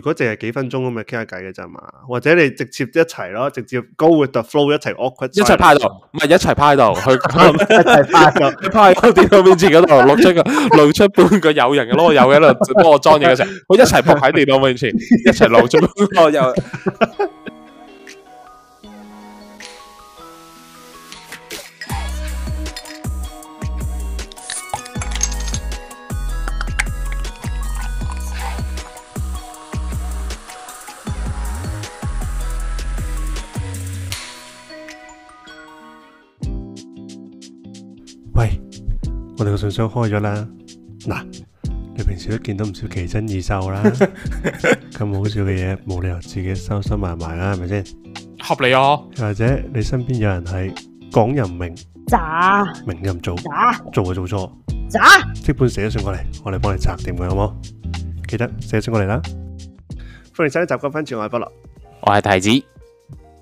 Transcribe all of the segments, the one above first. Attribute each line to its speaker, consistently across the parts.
Speaker 1: 如果淨係幾分鐘咁咪傾下偈嘅啫嘛，或者你直接一齊咯，直接 go with the flow 一齊 awkward
Speaker 2: 一齊派度，唔係一齊派 度，去去
Speaker 1: 係花咗。
Speaker 2: 派到電腦面前嗰度露出個 露出半個有人嘅囉柚喺度幫我裝嘢嘅 時候，我一齊仆喺電腦面前，一齊露出半個有。
Speaker 1: 喂，我哋個信箱開咗啦。嗱，你平時都見到唔少奇珍異獸啦，咁好笑嘅嘢冇理由自己收收埋埋啦，係咪先？
Speaker 2: 合理啊！
Speaker 1: 又或者你身邊有人係講又唔明，
Speaker 3: 渣
Speaker 1: 明又唔做，
Speaker 3: 渣
Speaker 1: 做就做
Speaker 3: 渣，
Speaker 1: 錯，即本寫信過嚟，我哋幫你拆掂佢，好冇？記得寫信過嚟啦。歡迎收聽《習慣番潮》，我係不樂。
Speaker 2: 我係提子，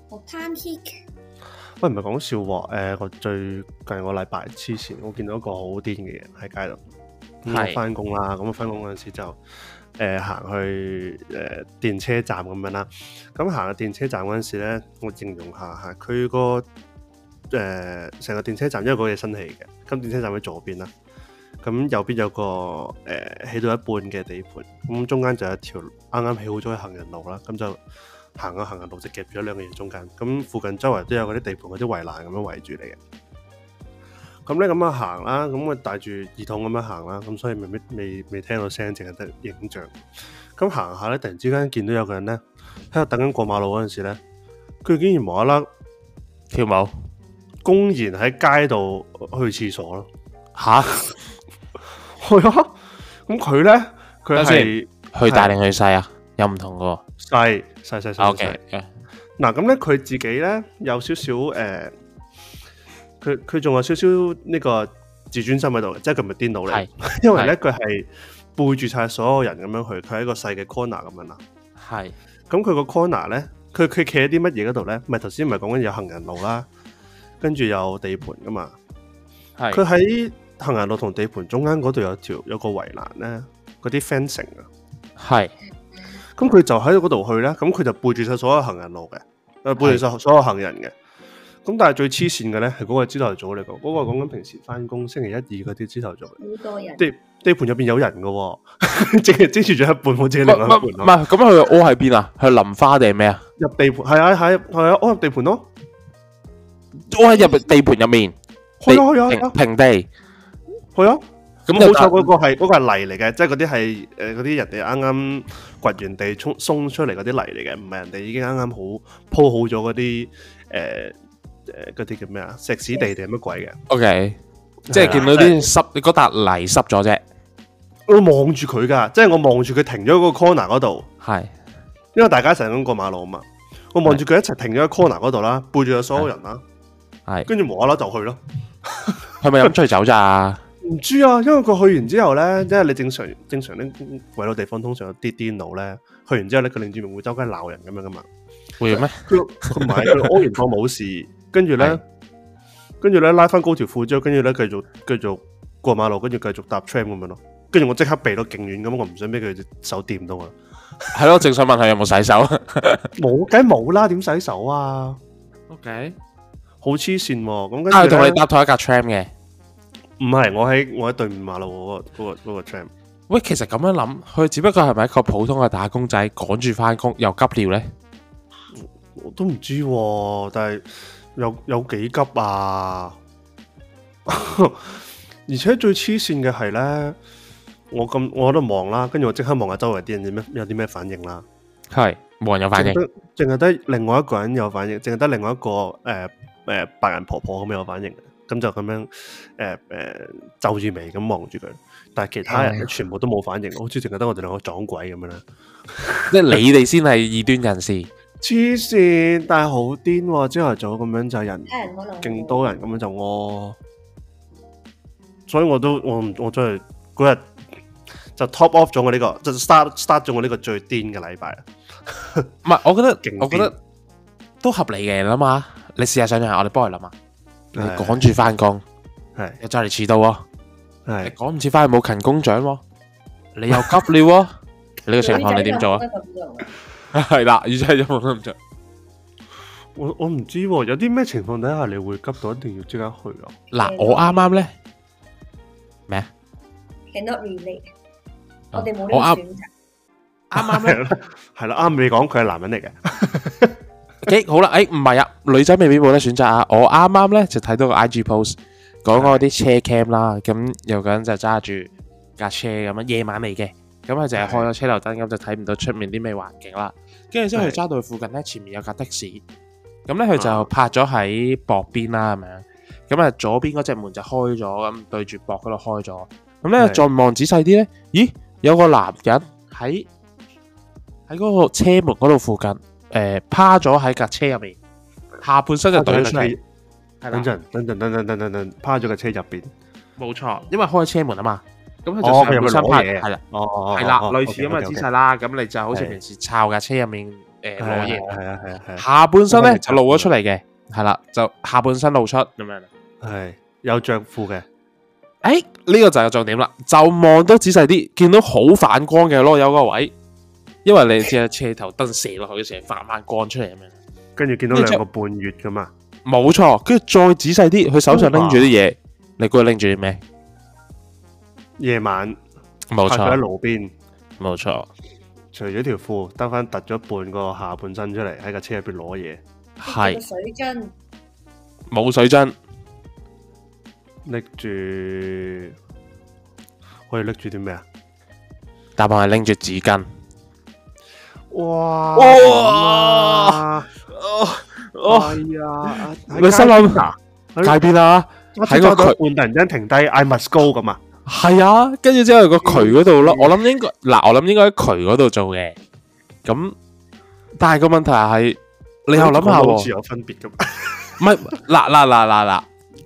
Speaker 3: 我貪 pick
Speaker 1: 喂，唔係講笑喎，誒、我最近個禮拜黐線，我見到一個好癲嘅人喺街度，咁
Speaker 2: 係
Speaker 1: 我翻工啦，咁我翻工嗰陣時就誒、行去誒、電車站咁樣啦，咁行去電車站嗰陣時咧，我形容下下佢個誒成個電車站，因為嗰嘢新起嘅，咁電車站喺左邊啦，咁右邊有個誒、起到一半嘅地盤，咁中間就有一條啱啱起好咗嘅行人路啦，咁就。行下行下路就夾住咗兩個人中間，咁附近周圍都有嗰啲地盤嗰啲圍欄咁樣圍住你嘅。咁咧咁樣行啦，咁我帶住耳筒咁樣啊行啦，咁所以未必未未聽到聲，淨係得影像。咁行下咧，突然之間見到有個人咧喺度等緊過馬路嗰陣時咧，佢竟然無啦啦
Speaker 2: 跳舞
Speaker 1: 公然喺街度去廁所咯。
Speaker 2: 吓，
Speaker 1: 係啊，咁佢咧佢
Speaker 2: 等先
Speaker 1: 係
Speaker 2: 去大定去細啊？有唔同噶
Speaker 1: 細細細細細。
Speaker 2: ？OK，
Speaker 1: 嗱，咁咧佢自己咧有少少誒，呃佢佢仲有少少呢個自尊心喺度嘅，即係佢唔係癲佬嚟
Speaker 2: 係，
Speaker 1: 因為咧佢係背住晒所有人咁樣去，佢喺一個細嘅 corner 咁樣啦。
Speaker 2: 係
Speaker 1: 咁佢個 corner 咧，佢佢企喺啲乜嘢嗰度咧？咪頭先咪講緊有行人路啦，跟住有地盤噶嘛。佢
Speaker 2: 係
Speaker 1: 喺行人路同地盤中間嗰度有條有個圍欄咧，嗰啲 fencing 啊。
Speaker 2: 係
Speaker 1: 咁佢就喺嗰度去咧，咁佢就背住晒所有行人路嘅，誒背住晒所有行人嘅。咁但係最黐線嘅咧，係嗰個朝頭早嚟講，嗰、個講緊平時翻工星期一二嗰啲朝頭早，
Speaker 3: 好多人，
Speaker 1: 地地盤入邊有人嘅喎、 淨係支持咗一半，冇自己
Speaker 2: 唔
Speaker 1: 另外一半
Speaker 2: 唔
Speaker 1: 咯。
Speaker 2: 係咁佢屙喺邊啊？去淋花定係咩啊？
Speaker 1: 入地盤係啊係啊係啊，我入地盤咯，
Speaker 2: 屙喺入地盤入面，
Speaker 1: 係啊係啊係
Speaker 2: 平
Speaker 1: 啊
Speaker 2: 平地。
Speaker 1: 係啊。
Speaker 2: 咁
Speaker 1: 冇
Speaker 2: 就
Speaker 1: 錯，嗰個係嗰個係泥嚟嘅，即係嗰啲係誒嗰啲人哋啱啱掘完地沖鬆出嚟嗰啲泥嚟嘅，唔係人哋已經啱啱好鋪好咗嗰啲誒誒嗰啲叫咩啊石屎地定係乜鬼嘅。
Speaker 2: OK，即係見到啲濕嗰笪泥濕咗啫，
Speaker 1: 我望住佢噶，即係我望住佢停咗嗰個 corner 嗰度，
Speaker 2: 係
Speaker 1: 因為大家一齊咁過馬路啊嘛。我望住佢一齊停咗喺 corner 嗰度啦，背住所有人啦，
Speaker 2: 係。
Speaker 1: 跟住無啦啦就去咯。
Speaker 2: 係咪飲醉酒咋？
Speaker 1: 唔知啊，因為佢去完之後咧，即係你正常正常咧，圍到地方通常有啲癲佬咧，去完之後咧，佢擰住面會周街鬧人咁樣噶嘛。
Speaker 2: 會咩？
Speaker 1: 佢佢唔係佢屙完當冇事，跟住咧
Speaker 2: 係，
Speaker 1: 跟住咧拉翻高條褲之後，跟住咧繼續繼續過馬路，跟住繼續搭 tram 咁樣咯。跟住我即刻避到勁遠咁，我唔想俾佢隻手掂到啊！
Speaker 2: 係咯，正想問佢有冇洗手。
Speaker 1: 冇，梗係冇啦，點洗手啊？
Speaker 2: OK，
Speaker 1: 好黐線喎！咁
Speaker 2: 啊，
Speaker 1: 跟住
Speaker 2: 佢同你
Speaker 1: 咧，
Speaker 2: 搭同一架 tram 嘅。
Speaker 1: 唔係我喺我喺對面馬路嗰、個嗰、個嗰、個 tram，
Speaker 2: 喂，其實咁樣諗，佢只不過係咪一個普通嘅打工仔，趕住翻工又急尿呢？
Speaker 1: 我都唔知喎、但係有有幾急啊！ 而且最黐線嘅係咧，我咁我喺度望啦，跟住我即刻望下周圍啲人有咩有啲咩反應啦。
Speaker 2: 係冇人有反應
Speaker 1: 淨。得淨係得另外一個人有反應，淨係得另外一個誒誒、呃呃白人婆婆咁有反應，咁就咁樣誒誒、呃呃皺住眉咁望住佢。但係其他人
Speaker 2: 哎
Speaker 1: 咧全部都冇反應，好似淨係得我哋兩個撞鬼咁樣啦。
Speaker 2: 即係你哋先係異端人士。
Speaker 1: 黐線，但係好癲喎！朝頭早咁樣就人
Speaker 3: 有人可能
Speaker 1: 勁多人咁樣就屙，所以我都我唔我真係嗰日就 top off 咗我呢、個，就 start start 咗我呢個最癲嘅禮拜啦。
Speaker 2: 唔係，我覺
Speaker 1: 勁癲
Speaker 2: 得我覺得都合理嘅，你諗下。你試下想象下，我哋幫佢諗下。你
Speaker 1: 係啊
Speaker 2: 趕住翻工，
Speaker 1: 係
Speaker 2: 又就嚟遲到喎，你
Speaker 1: 係
Speaker 2: 趕唔切翻去冇勤工獎喎，你又急尿喎，呢個情況你點做啊？係啦，耳仔有冇咁做？
Speaker 1: 我我唔知喎、有啲咩情況底下你會急到一定要即刻去啊？
Speaker 3: 嗯
Speaker 2: 嗱，我啱啱啊咧，
Speaker 3: Cannot relate，
Speaker 2: 啊
Speaker 3: 我哋冇
Speaker 2: 我
Speaker 3: 呢
Speaker 2: 啱
Speaker 3: 個選擇。
Speaker 2: 啱啱咧，
Speaker 1: 係啦，啱你講佢係男人嚟嘅，
Speaker 2: 诶好啦，诶唔係啊，女仔未必冇得選擇啊。我啱啱咧就睇到個 I G post 講嗰啲車 cam 啦，咁有個人就揸住架車咁樣，夜晚嚟嘅，咁佢就係開咗車頭燈，咁就睇唔到出面啲咩環境啦。跟住之後佢
Speaker 1: 係
Speaker 2: 揸到去附近咧，前面有架的士，咁咧佢就
Speaker 1: 啊
Speaker 2: 泊咗喺薄邊啦咁樣，咁啊左邊嗰只門就開咗，咁對住薄嗰度開咗，咁咧
Speaker 1: 係
Speaker 2: 再望仔細啲咧，咦有個男人喺喺嗰個車門嗰度附近，誒、呃趴咗喺架車入面，下半身就懟咗出嚟，
Speaker 1: 等
Speaker 2: 係啦，
Speaker 1: 陣等陣等陣等陣等陣，趴咗個車入邊。
Speaker 2: 冇錯，因為開車門啊嘛，咁佢
Speaker 1: 哦佢
Speaker 2: 就下
Speaker 1: 入
Speaker 2: 半
Speaker 1: 去
Speaker 2: 身
Speaker 1: 攞
Speaker 2: 趴，
Speaker 1: 嘢
Speaker 2: 係啦，
Speaker 1: 哦哦，
Speaker 2: 係啦，
Speaker 1: 哦
Speaker 2: 類似咁嘅姿勢啦，咁你就好似
Speaker 1: 係
Speaker 2: 平時抄架車入面誒攞嘢。
Speaker 1: 係啊係啊係啊
Speaker 2: 下半身
Speaker 1: 咁咪
Speaker 2: 咧
Speaker 1: 就
Speaker 2: 就露咗出嚟嘅，系啦，就下半身露出咁樣。啊
Speaker 1: 係有着褲嘅，
Speaker 2: 诶、呢、個就係重點啦，就望得仔細啲，見到好反光嘅咯，有個位，因為你只車頭燈射落去嘅時候反反光出嚟咁樣。
Speaker 1: 跟住見到
Speaker 2: 跟住
Speaker 1: 兩個半月噶嘛，
Speaker 2: 冇錯，跟住再仔細啲，佢手上拎住啲
Speaker 1: 嗯
Speaker 2: 嘢，你估佢拎住啲咩？
Speaker 1: 夜晚
Speaker 2: 冇
Speaker 1: 趴咗喺
Speaker 2: 錯，
Speaker 1: 路邊，
Speaker 2: 冇錯，
Speaker 1: 除咗條褲，得翻突咗半個下半身出嚟喺架車入邊攞嘢。
Speaker 2: 係
Speaker 3: 水樽，
Speaker 2: 冇水樽，
Speaker 1: 拎住可以拎住啲咩啊？
Speaker 2: 答案係拎住紙巾。
Speaker 1: 哇！
Speaker 2: 哇！
Speaker 1: 哎呀！
Speaker 2: 你心諗界邊啊啦？
Speaker 1: 喺
Speaker 2: 喺
Speaker 1: 個
Speaker 2: 個
Speaker 1: 半突然間停低，I must go 咁啊！
Speaker 2: 系啊，跟住之後個渠嗰度咯，
Speaker 1: 嗯
Speaker 2: 我諗應該嗱，我諗應該喺渠嗰度做嘅。咁，但係個問題係，你又諗下
Speaker 1: 好似
Speaker 2: 喎，
Speaker 1: 有分別咁。
Speaker 2: 唔係嗱嗱嗱嗱嗱，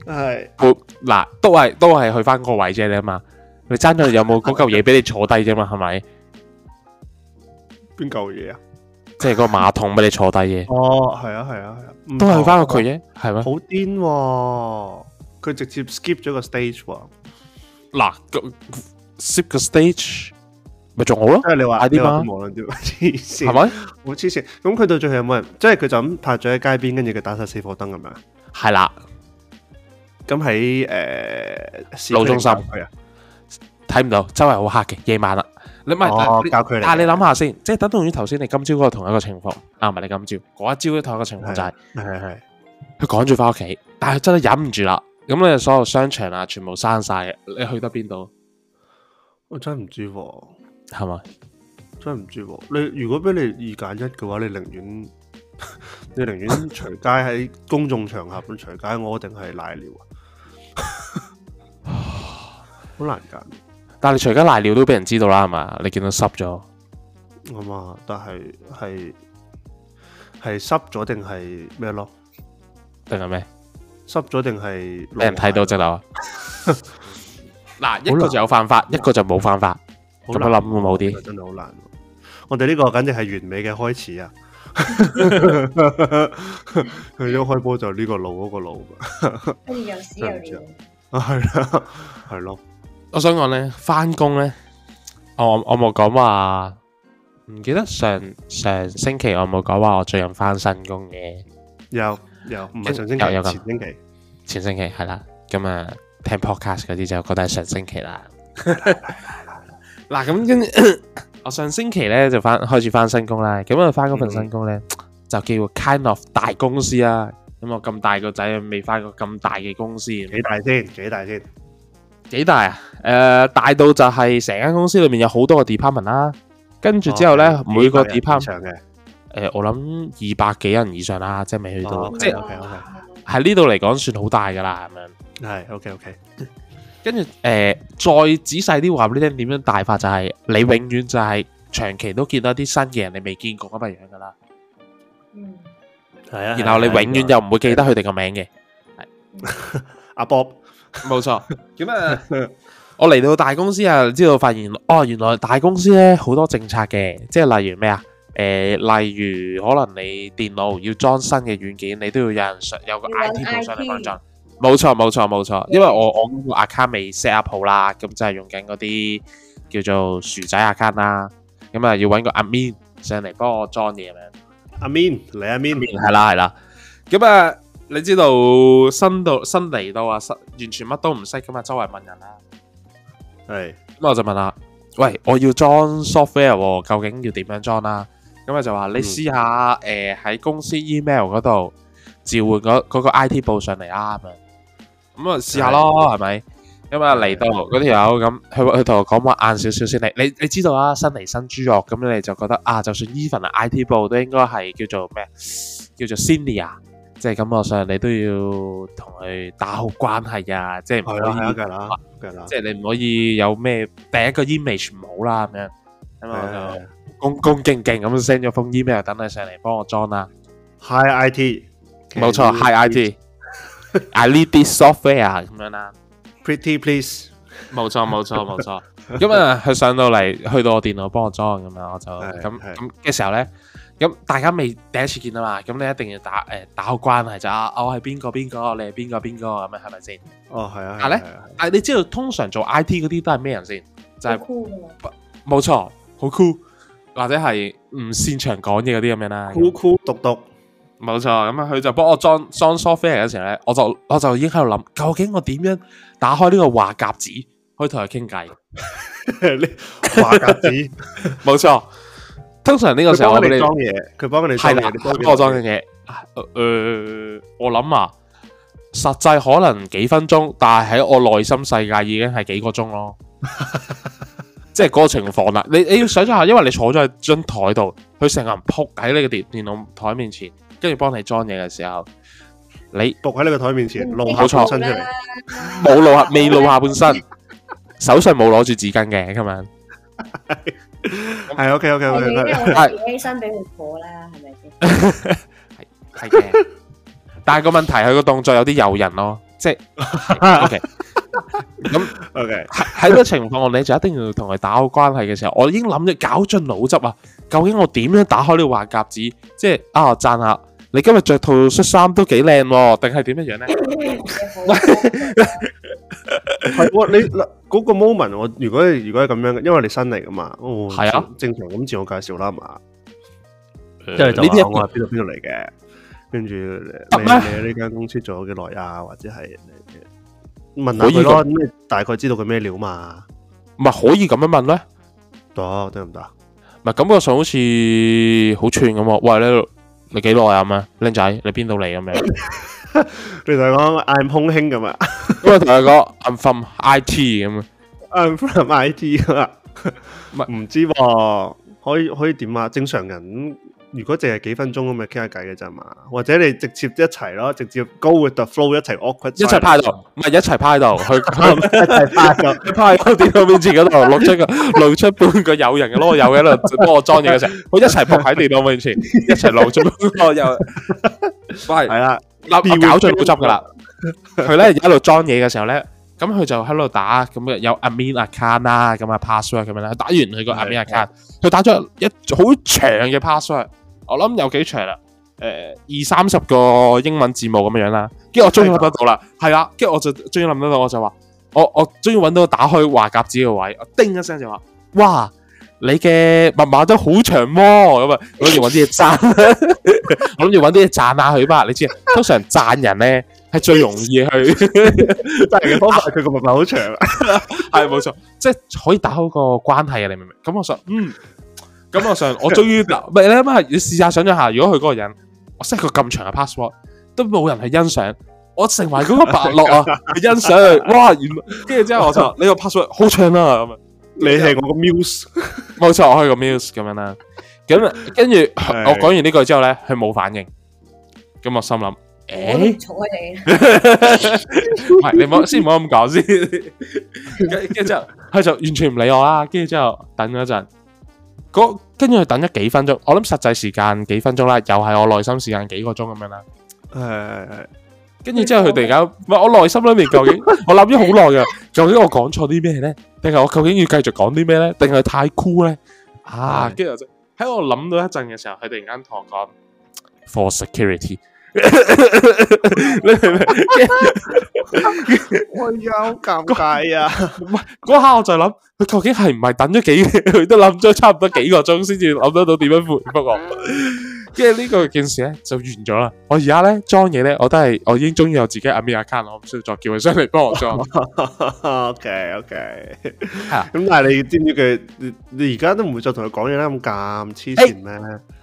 Speaker 1: 係
Speaker 2: 冇嗱都係都係去翻個位啫你啊嘛，你爭咗有冇嗰嚿嘢俾你坐低啫嘛，係咪？
Speaker 1: 邊嚿嘢啊？
Speaker 2: 即係個馬桶俾你坐低啫，
Speaker 1: 哦，係啊，係啊，係啊，唔
Speaker 2: 都係去翻個
Speaker 1: 同
Speaker 2: 渠啫，係
Speaker 1: 好
Speaker 2: 咩？
Speaker 1: 癲喎！佢直接 skip 咗個 stage 喎，
Speaker 2: 嗱個 skip 個 stage 咪仲好咯，
Speaker 1: 因為你話
Speaker 2: 快
Speaker 1: 你
Speaker 2: 啲嘛
Speaker 1: 話無論點黐線，
Speaker 2: 係咪？
Speaker 1: 好黐線。咁佢到最後有冇人？即係佢就咁拍咗喺街邊，跟住佢打晒死火燈咁樣。
Speaker 2: 係啦，
Speaker 1: 咁喺誒市區
Speaker 2: 路中心
Speaker 1: 定郊區啊，
Speaker 2: 睇唔到，周圍好黑嘅，夜晚啦。你咪
Speaker 1: 哦，郊區嚟嘅。
Speaker 2: 但係你諗下先，即係等同於頭先你今朝嗰個同一個情況，啊唔係你今朝嗰一朝嘅同一個情況就係
Speaker 1: 係係係
Speaker 2: 佢趕住翻屋企，但係真係忍唔住啦。咁你所有商場啊，全部閂晒嘅，你去得邊度
Speaker 1: 我真係唔知喎，
Speaker 2: 係咪？
Speaker 1: 真係唔知喎。你如果俾你二揀一嘅話，你寧願 你寧願隨街喺公眾場合咁隨街屙定係瀨尿啊？ 好難揀
Speaker 2: 但係你除咗瀨尿都俾人知道啦，係嘛？你見到濕咗，
Speaker 1: 啊嘛，但係係係濕咗定係咩咯？
Speaker 2: 定係咩？
Speaker 1: 濕咗定係
Speaker 2: 俾人睇到隻樓。 嗱，一個
Speaker 1: 難
Speaker 2: 就有犯法，一個就冇犯法。
Speaker 1: 好
Speaker 2: 咁
Speaker 1: 難
Speaker 2: 樣諗會冇
Speaker 1: 呢
Speaker 2: 啲
Speaker 1: 個真係好難喎。我哋呢個簡直係完美嘅開始啊！ 佢一開波就呢個路嗰個路，
Speaker 3: 跟住又屎又尿，
Speaker 1: 係啦，係咯。
Speaker 2: 我想講咧，翻工咧，我我冇講話，唔記得上上星期我冇講話我最近翻新工嘅。
Speaker 1: 有有，唔係上星期，
Speaker 2: 有有㗎
Speaker 1: 前星期。
Speaker 2: 前星期係啦，咁啊聽 podcast 嗰啲就覺得係上星期啦。 嗱咁跟 住我上星期咧就翻開始翻新工啦，咁啊翻嗰份新工咧就叫 kind of 大公司啦。咁我咁大個仔未翻過咁大嘅公司，
Speaker 1: 幾大先？幾大先？
Speaker 2: 幾大啊？誒、大到就係成間公司裏面有好多個 department 啦，跟住之後咧、
Speaker 1: 哦
Speaker 2: 每個
Speaker 1: 幾百人以
Speaker 2: department 誒、
Speaker 1: 上嘅，
Speaker 2: 我諗二百幾人以上啦，即係未去到，
Speaker 1: 哦
Speaker 2: 即係
Speaker 1: OK，OK，OK
Speaker 2: 喺呢度嚟講算好大噶啦咁樣。
Speaker 1: 係 OK OK。
Speaker 2: 跟住誒，再仔細啲話俾你聽點樣大法，就係、你永遠就係長期都見到一啲新嘅人，你未見過咁嘅樣噶啦。
Speaker 3: 嗯，
Speaker 1: 係啊
Speaker 2: 然後你永遠又唔會記得佢哋個名嘅。
Speaker 1: 阿 Bob
Speaker 2: 冇錯。咁啊， 我嚟到大公司啊，知道發現哦，原來大公司咧好多政策嘅，即係例如咩啊？誒、例如可能你電腦要裝新嘅軟件，你都要有人上有個
Speaker 3: 要揾
Speaker 2: I T 部上嚟幫你
Speaker 3: IT
Speaker 2: 裝。冇錯，冇錯，冇錯。因為我我嗰個 account 未 set up 好啦，咁就係用緊嗰啲叫做薯仔 account 啦。咁啊要揾個阿 Min 上嚟幫我 join 嘢咁樣。
Speaker 1: 阿 Min 嚟阿 Min，
Speaker 2: 系啦系啦，咁啊，你知道新到新嚟到啊，新完全乜都唔識咁啊，周圍問人啦。
Speaker 1: 係
Speaker 2: 咁我就問啦，喂，我要裝 software，喎究竟要點樣裝啦？咁啊就話你試下诶喺公司 email 嗰度召喚嗰嗰個 IT 部上嚟啊咁樣。咁啊試下咯，係咪？咁啊嚟到嗰條友咁，佢佢同我講話晏少少先嚟。你你知道啊，新嚟新豬肉，咁你就覺得啊，就算 even 啊 IT 部都應該係叫做咩，叫做 senior，即係感覺上你都要同佢打好關係啊，即係唔
Speaker 1: 係
Speaker 2: 可
Speaker 1: 啦，係啦，。
Speaker 2: 以
Speaker 1: 梗係啦，梗係啦，
Speaker 2: 即係你唔可以有咩第一個 image 唔好啦咁樣，咁啊
Speaker 1: 係
Speaker 2: 我就恭恭敬敬咁 send 咗封 email 等佢上嚟幫我 join 啦，
Speaker 1: ，Hi IT，
Speaker 2: 冇錯
Speaker 1: Can you
Speaker 2: ，Hi IT，I need this software 咁樣啦，
Speaker 1: please-，Pretty please，
Speaker 2: 冇錯冇錯冇錯， 咁啊佢上到嚟去到我電腦幫我 join 咁啊，我就
Speaker 1: 係
Speaker 2: 咁
Speaker 1: 係
Speaker 2: 咁嘅時候咧，咁大家未第一次見啊嘛，咁你一定要打誒打好關係就啊，我係邊個邊個，你係邊個邊個咁樣係咪先？
Speaker 1: 哦係啊，
Speaker 2: 下呢
Speaker 1: 係啊，
Speaker 2: 但係你知道通常做 IT 嗰啲都係咩人先？就係
Speaker 3: cool 㗎嘛
Speaker 2: 冇錯，好 cool，或者係唔擅長講嘢嗰啲咁樣啦。
Speaker 1: 酷酷獨獨，
Speaker 2: 冇錯，咁啊，佢就幫我裝裝 software 嘅時候咧，我就我就已經喺度諗，究竟我點樣打開呢個話匣子，可以同佢傾偈？
Speaker 1: 呢話格 子，
Speaker 2: 冇錯，通常呢個
Speaker 1: 佢
Speaker 2: 時候
Speaker 1: 幫
Speaker 2: 我
Speaker 1: 你
Speaker 2: 哋
Speaker 1: 裝嘢，佢幫你裝
Speaker 2: 係啦
Speaker 1: 嘢，你幫，
Speaker 2: 我裝嘅嘢，誒，我諗啊，實際可能幾分鐘，但係喺我內心世界已經係幾個鐘 咯。即係嗰個情況啦，你你要想象下，因為你坐咗喺張台度，佢成個人撲喺你個電電腦台面前，跟住幫你裝嘢嘅時候， 你
Speaker 1: 仆喺你個台面前，露下
Speaker 2: 冇錯
Speaker 1: 身出 嚟，
Speaker 3: 啦
Speaker 2: 冇露下未露下半身，手上冇攞住紙巾嘅咁樣，
Speaker 1: 係 OK OK
Speaker 3: 我哋
Speaker 1: OK，
Speaker 3: 因為我自己身俾佢坐啦，係咪先？
Speaker 2: 係 嘅。但係個問題，佢個動作有啲誘人咯，即係 係 OK。
Speaker 1: OK，
Speaker 2: 喺喺呢個情況，你就一定要同佢打好關係嘅時候，我已經諗咗搞盡腦汁啊！究竟我點樣打開呢個話匣子？即係啊，讚下你今日着套恤衫都幾靚喎，定係點樣樣呢？
Speaker 1: 係喎，你嗱嗰個 moment，我如果如果係咁樣嘅，因為你新嚟噶嘛，哦，
Speaker 2: 係啊，
Speaker 1: 正常咁自我介紹啦係嘛。
Speaker 2: 呢
Speaker 1: 即係就
Speaker 2: 啲
Speaker 1: 話我
Speaker 2: 一
Speaker 1: 係邊度邊度嚟嘅，跟住
Speaker 2: 哦得咩
Speaker 1: 你你呢間公司做咗幾耐啊，或者係你問下佢咯，咁你大概知道佢咩料嘛？
Speaker 2: 唔係可以咁樣問呢？
Speaker 1: 得得唔得？
Speaker 2: 唔係感覺上好似好串咁喎。喂，你你幾耐啊？咁樣，僆仔，你邊度嚟咁 樣？
Speaker 1: 你就係講 I'm 空兄咁啊
Speaker 2: 因為同佢講 I'm from IT 咁啊，
Speaker 1: ，I'm from IT 啊，
Speaker 2: 唔係
Speaker 1: 唔知喎，可以可以點啊？正常人如果淨係幾分鐘咁咪傾下偈嘅咋嘛，或者你直接一齊咯，直接 go with the flow 一齊 awkward
Speaker 2: 一齊派度，唔係一齊派度，佢佢
Speaker 1: 一齊拍就
Speaker 2: 佢趴喺個電腦面前嗰度露出個露出半個友人嘅囉柚喺度幫我裝嘢嘅時候，我一齊仆喺電腦面前，一齊露出半個友。喂，
Speaker 1: 係啦，
Speaker 2: 嗱，我搞盡腦汁噶啦。 佢咧一路裝嘢嘅時候咧，咁佢就喺度打，咁啊有 admin account 啦，咁啊 password 咁樣啦。打完佢個 admin
Speaker 1: 係
Speaker 2: account，佢打咗一好長嘅 password，我諗有幾長啦。啊誒二三十個英文字母咁樣樣啦，跟住我終於諗得到啦，係啊啦，跟住我就終於諗得到，我就話我我終於揾到打開話匣子嘅位，我叮一聲就話，哇！你嘅密碼都好長喎、咁啊，我諗住揾啲嘢讚， 我諗住揾啲嘢讚下佢吧。你知通常讚人咧係最容易去，
Speaker 1: 但係嘅方法佢個密碼好長啊，
Speaker 2: 係冇錯，即係可以打好個關係啊！你明唔明？咁我想，嗯，咁我想，我終於嗱，唔係你諗下，你試下想象下，如果佢嗰個人，我 set 個咁長嘅 password，都冇人去欣賞，我成為嗰個伯樂啊，去欣賞佢，哇！原來跟住之後我就話你個 password 好長啦、咁啊。
Speaker 1: 你係我個 muse。
Speaker 2: 冇錯，我開個 muse 咁樣啦。咁跟住
Speaker 1: 係
Speaker 2: 我講完呢句之後咧，佢冇反應。咁我心諗，
Speaker 3: 我都唔
Speaker 2: 誒，
Speaker 3: 睬你啦，
Speaker 2: 唔係你唔好先唔好咁 講先。跟跟住之後，佢就完全唔理我啦。跟住之後等咗一陣，嗰跟住佢等咗幾分鐘，我諗實際時間幾分鐘啦，又係我內心時間幾個鐘咁樣啦。
Speaker 1: 誒，
Speaker 2: 跟住之後佢突然間，唔係我內心裏面究竟我諗咗好耐嘅，究竟我講錯啲咩咧？定係我究竟要繼續講啲咩咧？定係太酷咧？啊！
Speaker 1: 係
Speaker 2: 跟住我就喺我諗到一陣嘅時候，佢突然間同我講 for security，你明唔明？
Speaker 1: 哎呀，好尷尬 啊！
Speaker 2: 嗰下我就諗，佢究竟係唔係等咗幾，佢都諗咗差唔多幾個鐘先至諗得到點樣回覆我。跟住呢個件事咧就完咗啦。我而家咧裝嘢咧，我都係我已經終於有自己 admin account，啦我唔需要再叫佢上嚟幫我裝。
Speaker 1: OK OK，
Speaker 2: 係啊
Speaker 1: 咁但係你知唔知佢？你你而家都唔會再同佢講嘢啦，咁咁黐線咩？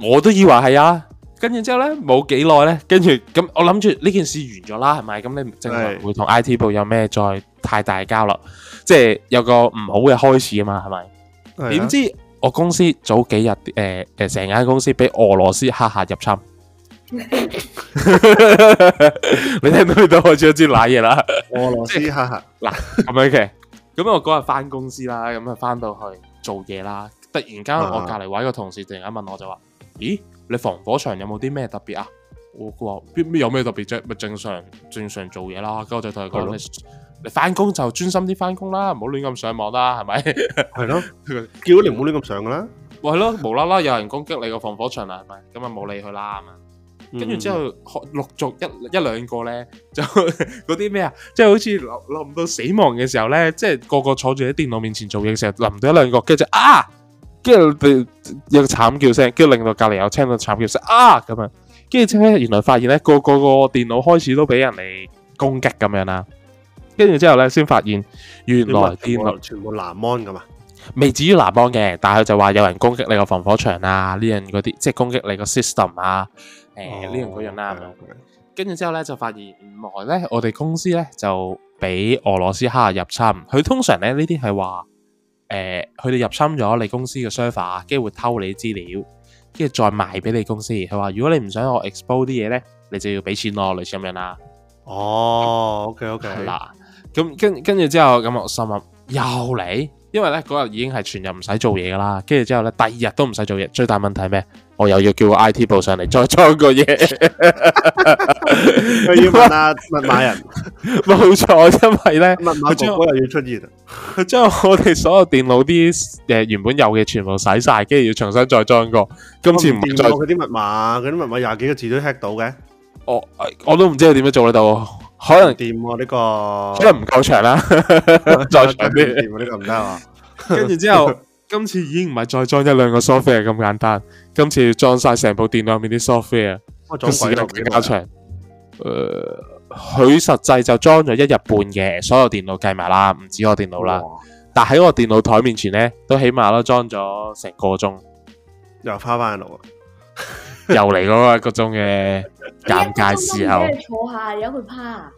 Speaker 2: 我都以為係啊。跟住之後咧，冇幾耐咧，跟住咁，我諗住呢件事完咗啦，係咪？咁你正常
Speaker 1: 係
Speaker 2: 會同 I T 部有咩再太大交流，即係有個唔好嘅開始啊嘛，係咪？
Speaker 1: 係啊
Speaker 2: 點知我公司早幾日誒誒，成間公司俾俄羅斯黑客入 侵，你聽到呢度我知一知賴嘢啦。
Speaker 1: 俄羅斯哈哈，
Speaker 2: 咁樣嘅。咁我嗰日翻公司啦，咁啊翻到去做嘢啦，突然間
Speaker 1: 啊
Speaker 2: 我隔離位個同事突然間問我就話：咦，你防火牆有冇啲咩特別啊？我佢話邊邊有咩特別啫？咪正常正常做嘢啦。跟住我就同佢
Speaker 1: 係
Speaker 2: 講
Speaker 1: 咯：
Speaker 2: 你你翻工就專心啲翻工啦，唔好亂咁上網啦，係咪？
Speaker 1: 係咯，叫你唔好亂咁上噶啦。
Speaker 2: 喂，係咯，無啦啦有人攻擊你個防火牆啦，係咪？咁啊冇理佢啦，咁啊。
Speaker 1: 嗯
Speaker 2: 跟住之後，學陸續一一兩個咧，就 嗰啲咩啊，即係好似臨臨到死亡嘅時候咧，即係個個坐住喺電腦面前做嘢嘅時候，臨到一兩個，跟住就啊，跟住佢有個慘叫聲，跟住令到隔離有聽到慘叫聲啊咁樣，跟住之後咧，原來發現咧個個個電腦開始都俾人哋攻擊咁樣啦，跟住之後咧先發現原來
Speaker 1: 啊
Speaker 2: 電腦。
Speaker 1: 全部南安噶嘛，
Speaker 2: 未至於藍幫嘅，但係佢就話有人攻擊你個防火牆啊，呢樣嗰啲，即係攻擊你個 system 啊，誒
Speaker 1: 哦
Speaker 2: 呢樣嗰樣啦咁樣。跟住之後咧就發現原來咧我哋公司咧就俾俄羅斯黑客入侵，佢通常咧呢啲係話誒佢哋入侵咗你公司嘅 server，跟住會偷你資料，跟住再賣俾你公司。佢話如果你唔想我 expose 啲嘢咧，你就要俾錢我，類似咁樣啦。
Speaker 1: 哦，OK Ờ, OK，
Speaker 2: 係啦，咁跟跟住之後咁我心諗又嚟，因為咧嗰日已經係全日唔使做嘢噶啦，跟住之後咧第二日都唔使做嘢，最大問題係咩？我又要叫個 I T 部上嚟再裝個嘢，
Speaker 1: 又要問啊密碼人，
Speaker 2: 冇錯，因為咧
Speaker 1: 密碼哥哥又要出現啊，
Speaker 2: 佢將我哋所有電腦啲誒原本有嘅全部洗晒，跟住要重新再裝過，今次唔
Speaker 1: 掂
Speaker 2: 再
Speaker 1: 過佢啲密碼，佢啲密碼廿幾個字都 hack 到嘅，
Speaker 2: 我我都唔知佢點樣做得到，可能
Speaker 1: 掂喎呢
Speaker 2: 可
Speaker 1: 個，
Speaker 2: 能唔夠長 啦，再長啲。
Speaker 1: 掂喎呢個唔得啊，
Speaker 2: 跟住之後，今次已經唔係再裝一兩個 software 咁簡單，今次要裝晒成部電腦入面啲 software，
Speaker 1: 我
Speaker 2: 個
Speaker 1: 撞
Speaker 2: 時
Speaker 1: 鬼
Speaker 2: 間更加長。誒、佢呃實際就裝咗一日半嘅，所有電腦計埋啦，唔止我電腦啦。，但喺我電腦台面前咧，都起碼都裝咗成個鐘，
Speaker 1: 又花翻路啊，
Speaker 2: 又嚟嗰一個鐘嘅尷尬時候
Speaker 3: 你。坐下，有佢趴。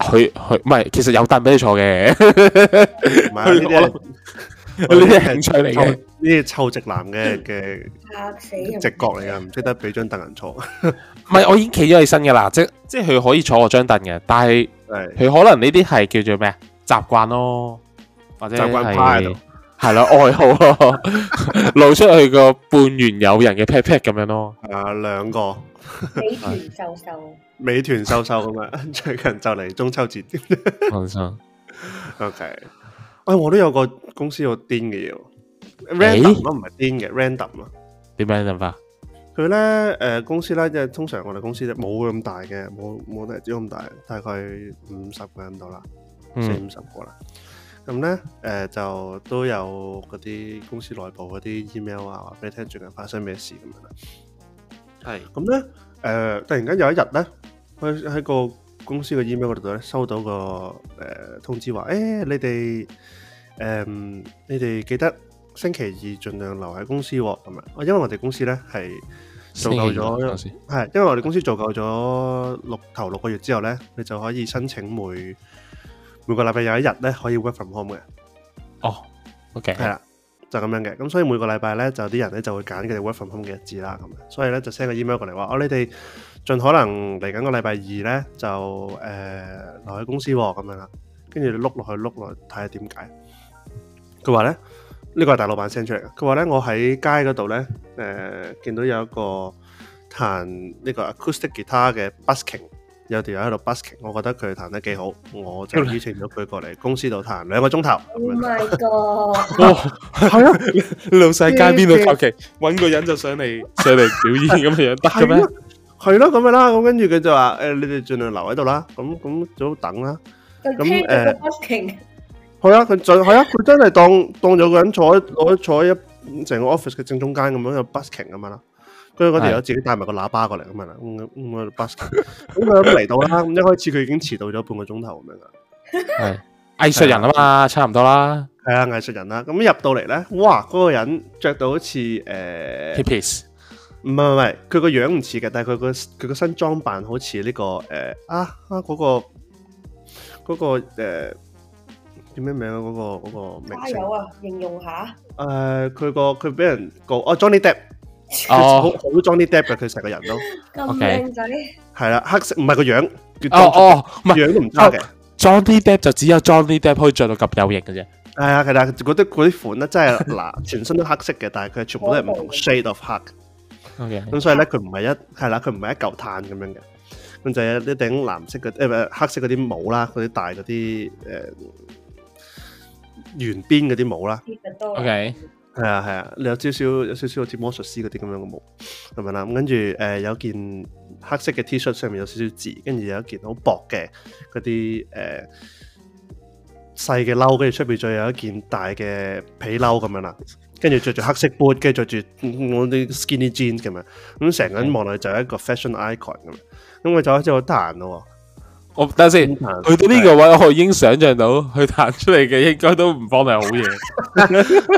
Speaker 2: 佢佢唔係，其實有凳俾你坐嘅， 呢
Speaker 1: 唔 係呢啲
Speaker 2: 啲係興趣嚟嘅。
Speaker 1: 呢啲臭直男嘅嘅
Speaker 3: 嚇死！
Speaker 1: 直覺嚟噶，唔識得俾張凳人坐，
Speaker 2: 唔係，我已經企咗起身㗎啦，即即係佢可以坐我張凳嘅，但係。
Speaker 1: 係
Speaker 2: 佢可能呢啲係叫做咩啊？習慣咯，或者
Speaker 1: 習慣
Speaker 2: 係
Speaker 1: 趴喺度，
Speaker 2: 係咯， 愛好咯，露出佢個半圓有人嘅 pat pat 咁樣咯。
Speaker 1: 啊兩個。
Speaker 3: 美團瘦瘦，
Speaker 1: 美團收收咁 樣，最近就嚟中秋節。
Speaker 2: 我想
Speaker 1: OK，哎，我都有個公司有癲嘅嘢喎，random 啊咯，唔係癲嘅，random 咯。
Speaker 2: 點樣諗法？
Speaker 1: 佢咧誒公司咧，即係通常我哋公司咧冇咁大嘅，冇冇得只咁大，大概五十個人到啦，四
Speaker 2: 嗯
Speaker 1: 五十個啦。咁咧誒就都有嗰啲公司內部嗰啲 email 啊，話俾你聽最近發生咩事咁樣啦。
Speaker 2: 係
Speaker 1: 咁咧，誒、突然間有一日咧，佢喺個公司嘅 email 嗰度咧，收到個誒、呃通知話，誒、你哋誒、嗯你哋記得星期二盡量留喺公司喎、咁樣。哦，因為我哋公司咧係做夠咗
Speaker 2: 先。
Speaker 1: 係，因為我哋公司做夠咗六頭六個月之後咧，你就可以申請每每個禮拜有一日咧可以 work from home 嘅。
Speaker 2: 哦，OK，
Speaker 1: 係啦，就咁樣嘅。咁所以每個禮拜咧，就啲人咧就會揀佢哋 work from home 嘅日子啦。咁樣，所以咧就 send 個 email 過嚟話：哦，你哋盡可能嚟緊個禮拜二咧就誒、呃留喺公司喎、咁樣啦。跟住你碌落去碌落去，睇下點解。佢話咧，呢個係大老闆 send 出嚟嘅。佢話咧，我喺街嗰度咧誒見到有一個彈呢個 acoustic guitar 嘅 busking。有條友喺度 busking，我覺得佢彈得幾好，我就邀請咗佢過嚟公司度彈兩個鐘頭咁
Speaker 3: Oh
Speaker 1: 樣。
Speaker 3: my god！
Speaker 2: 哦，係啊， 老細街邊度求其揾個人就上嚟上嚟表演咁樣得嘅咩？
Speaker 1: 係咯係咯咁樣啦，咁跟住佢就話誒、你哋盡量留喺度啦，咁咁早等啦。
Speaker 3: 就
Speaker 1: 咁
Speaker 3: 聽
Speaker 1: 誒
Speaker 3: 佢個 busking，
Speaker 1: 係啊，佢盡係啊，佢真係當當有個人坐喺攞坐喺一成個 office 嘅正中間咁樣，有 busking 咁樣啦。跟住嗰條友自己帶埋個喇叭過嚟咁樣啦，咁咁咁喺度 busking。咁佢咁嚟到啦，咁一開始佢已經遲到咗半個鐘頭咁樣啦。
Speaker 2: 藝術人啊嘛，差唔多啦
Speaker 1: 係啊，藝術人啦，咁入到嚟咧，哇！嗰、個人着到好似誒。呃
Speaker 2: h i p p i e s
Speaker 1: 唔係唔係，佢個樣唔似嘅，但係佢個佢個身裝扮好似呢、個誒、呃啊啊嗰、個嗰、個誒叫咩名啊？嗰、個嗰、個明
Speaker 3: 加
Speaker 1: 星
Speaker 3: 油啊！形容下，
Speaker 1: 誒，佢個佢俾人告哦，Johnny Depp，佢好好
Speaker 2: 哦
Speaker 1: Johnny Depp 嘅，佢成個人都
Speaker 3: 咁
Speaker 2: OK
Speaker 3: 靚仔，
Speaker 1: 係啦，黑色唔係個樣，叫
Speaker 2: 哦哦，唔係
Speaker 1: 樣都唔差嘅，
Speaker 2: Johnny Depp 就只有 Johnny Depp 可以着到咁有型嘅啫。
Speaker 1: 係啊係啦，嗰啲嗰啲款咧真係嗱，全身都黑色嘅，但係佢全部都係唔同 shade of 黑。
Speaker 2: OK，
Speaker 1: 咁所以咧，佢唔係一係啦，佢唔係一嚿炭咁樣嘅，咁就係一頂藍色嘅誒唔係黑色嗰啲帽啦，嗰啲大嗰啲誒圓邊嗰啲帽啦，
Speaker 3: 傑特多
Speaker 2: OK
Speaker 1: 係啊係啊，你有少少有少少好似魔術師嗰啲咁樣嘅帽咁樣啦，咁跟住誒有件黑色嘅 T 恤上面有少少字，跟住有一件好薄嘅嗰啲誒細嘅褸，跟住出邊再有一件大嘅皮褸咁樣啦。跟住着住黑色 boot，跟住着住嗯我啲 skinny jeans 咁樣，咁成個人望落去就係一個 fashion icon 咁樣，咁佢就開始好彈咯
Speaker 2: 我等下
Speaker 1: 喎，
Speaker 2: 先，去到呢個位，我已經想象到佢彈出嚟嘅應該都唔方係好 嘢。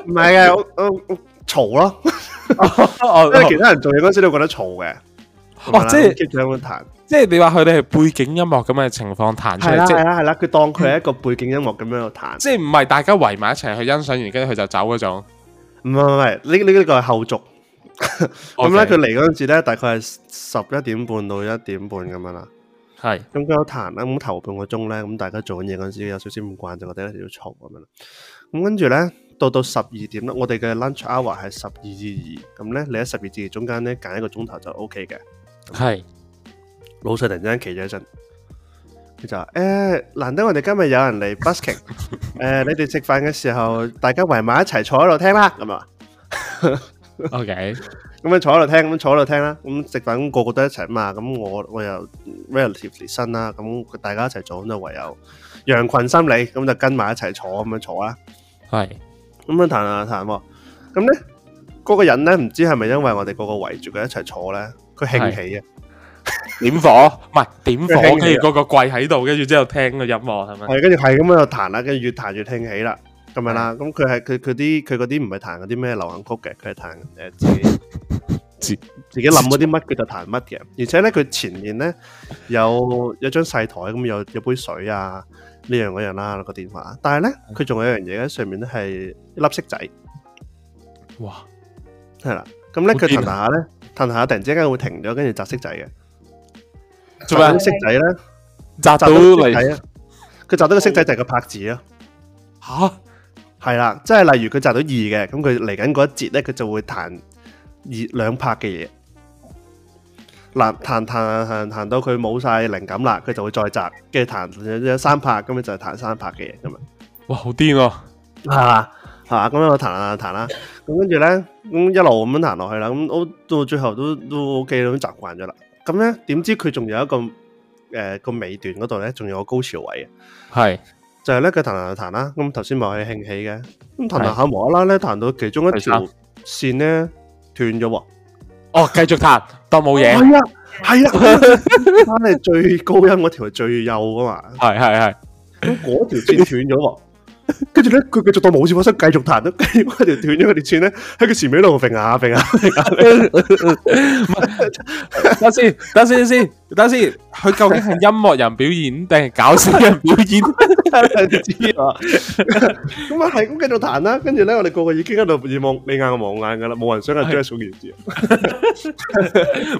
Speaker 1: 唔係嘅，我我我嘈咯，
Speaker 2: 哦
Speaker 1: 因為其他人做嘢嗰陣時都覺得嘈嘅，
Speaker 2: 哦，即係
Speaker 1: keep 住喺度彈，
Speaker 2: 即係你話佢哋係背景音樂咁嘅情況彈出
Speaker 1: 係啦
Speaker 2: 嚟，即
Speaker 1: 係
Speaker 2: 係
Speaker 1: 啦係啦，佢當佢係一個背景音樂咁樣喺度彈，
Speaker 2: 即係唔係大家圍埋一齊去欣賞完，跟住佢就走嗰種。
Speaker 1: 唔係唔係，呢呢呢個係後續，咁咧佢嚟嗰陣時咧大概係十一點半到一點半咁樣啦。
Speaker 2: 佢係
Speaker 1: 咁佢有彈啦，咁頭半個鐘咧，咁大家做緊嘢嗰陣時有少少唔慣，就覺得有少少嘈咁樣啦。咁跟住咧，到到十二點啦，我哋嘅 lunch hour 係十二至二，咁咧你喺十二至二中間咧揀一個鐘頭就 O K 嘅。
Speaker 2: 係
Speaker 1: 老細突然之間企咗一陣，佢就話：誒、難得我哋今日有人嚟 busking，誒、你哋食飯嘅時候，大家圍埋一齊坐喺度聽啦，咁啊。
Speaker 2: OK
Speaker 1: 咁樣坐喺度聽，咁坐喺度聽啦。咁食飯咁個個都一齊嘛。咁我我又 relatively 新啦，咁大家一齊做咁就唯有羊群心理，咁就跟埋一齊坐咁樣坐啦。
Speaker 2: 係
Speaker 1: 咁樣彈啊彈喎。咁咧嗰個人咧唔知係咪因為我哋個個圍住佢一齊坐咧，佢興起啊，
Speaker 2: 點火，唔係點火，
Speaker 1: 佢興起
Speaker 2: 跟住個個跪喺度，跟住之後聽個音樂係咪？
Speaker 1: 係跟住係咁喺度彈啦，跟住越彈越興起啦。咁樣啦，咁佢係佢佢啲佢嗰啲唔係彈嗰啲咩流行曲嘅，佢係彈誒自己
Speaker 2: 自
Speaker 1: 自己諗嗰啲乜佢就彈乜嘅，而且咧佢前面咧有有張細台咁有有杯水啊呢樣嗰樣啦個電話，但係咧佢仲有一樣嘢喺上面咧係一粒色仔
Speaker 2: 哇！
Speaker 1: 係啦，咁咧佢
Speaker 2: 好癲
Speaker 1: 彈彈下
Speaker 2: 啊
Speaker 1: 咧彈彈下突然之間會停咗，跟住擲色仔嘅，
Speaker 2: 做咩
Speaker 1: 擲色仔咧擲
Speaker 2: 扎到
Speaker 1: 到個色
Speaker 2: 嚟
Speaker 1: 仔啊，佢擲到個色仔就係個拍子咯。
Speaker 2: 吓？
Speaker 1: 係啦，即係例如佢摘到二嘅，咁佢嚟緊嗰一節咧，佢就會彈二兩拍嘅嘢，嗱彈彈彈彈到佢冇晒靈感啦，佢就會再摘，跟住彈有三拍，咁樣就係彈三拍嘅嘢咁樣，
Speaker 2: 哇！好癲啊！
Speaker 1: 係嘛係嘛，咁樣我彈彈彈啦，咁跟住咧，咁一路咁樣彈落去啦，咁我到最後都都 OK 啦，咁習慣咗啦，咁咧點知佢仲有一個誒個尾段嗰度咧，仲有個高潮位啊嘅。
Speaker 2: 係
Speaker 1: 就係咧佢彈彈彈啦，咁頭先咪係興起嘅，咁彈彈下無啦啦咧彈到其中一條線咧斷咗喎，
Speaker 2: 哦，繼續彈當冇嘢，
Speaker 1: 係啊係啊，翻嚟最高音嗰條係最幼噶嘛，
Speaker 2: 係係係
Speaker 1: 咁嗰條線斷咗喎，跟住咧佢繼續當冇事發生，繼續彈咯，跟住嗰條斷咗嗰條線咧喺佢前面度揈下揈下，
Speaker 2: 等陣先，等陣先先，等陣先，佢究竟係音樂人表演定係搞笑人表演？
Speaker 1: 知啊，咁啊係咁繼續彈啦，跟住咧我哋個個已經喺度你望你眼我望我眼噶啦，冇人想阿 j a s 件事，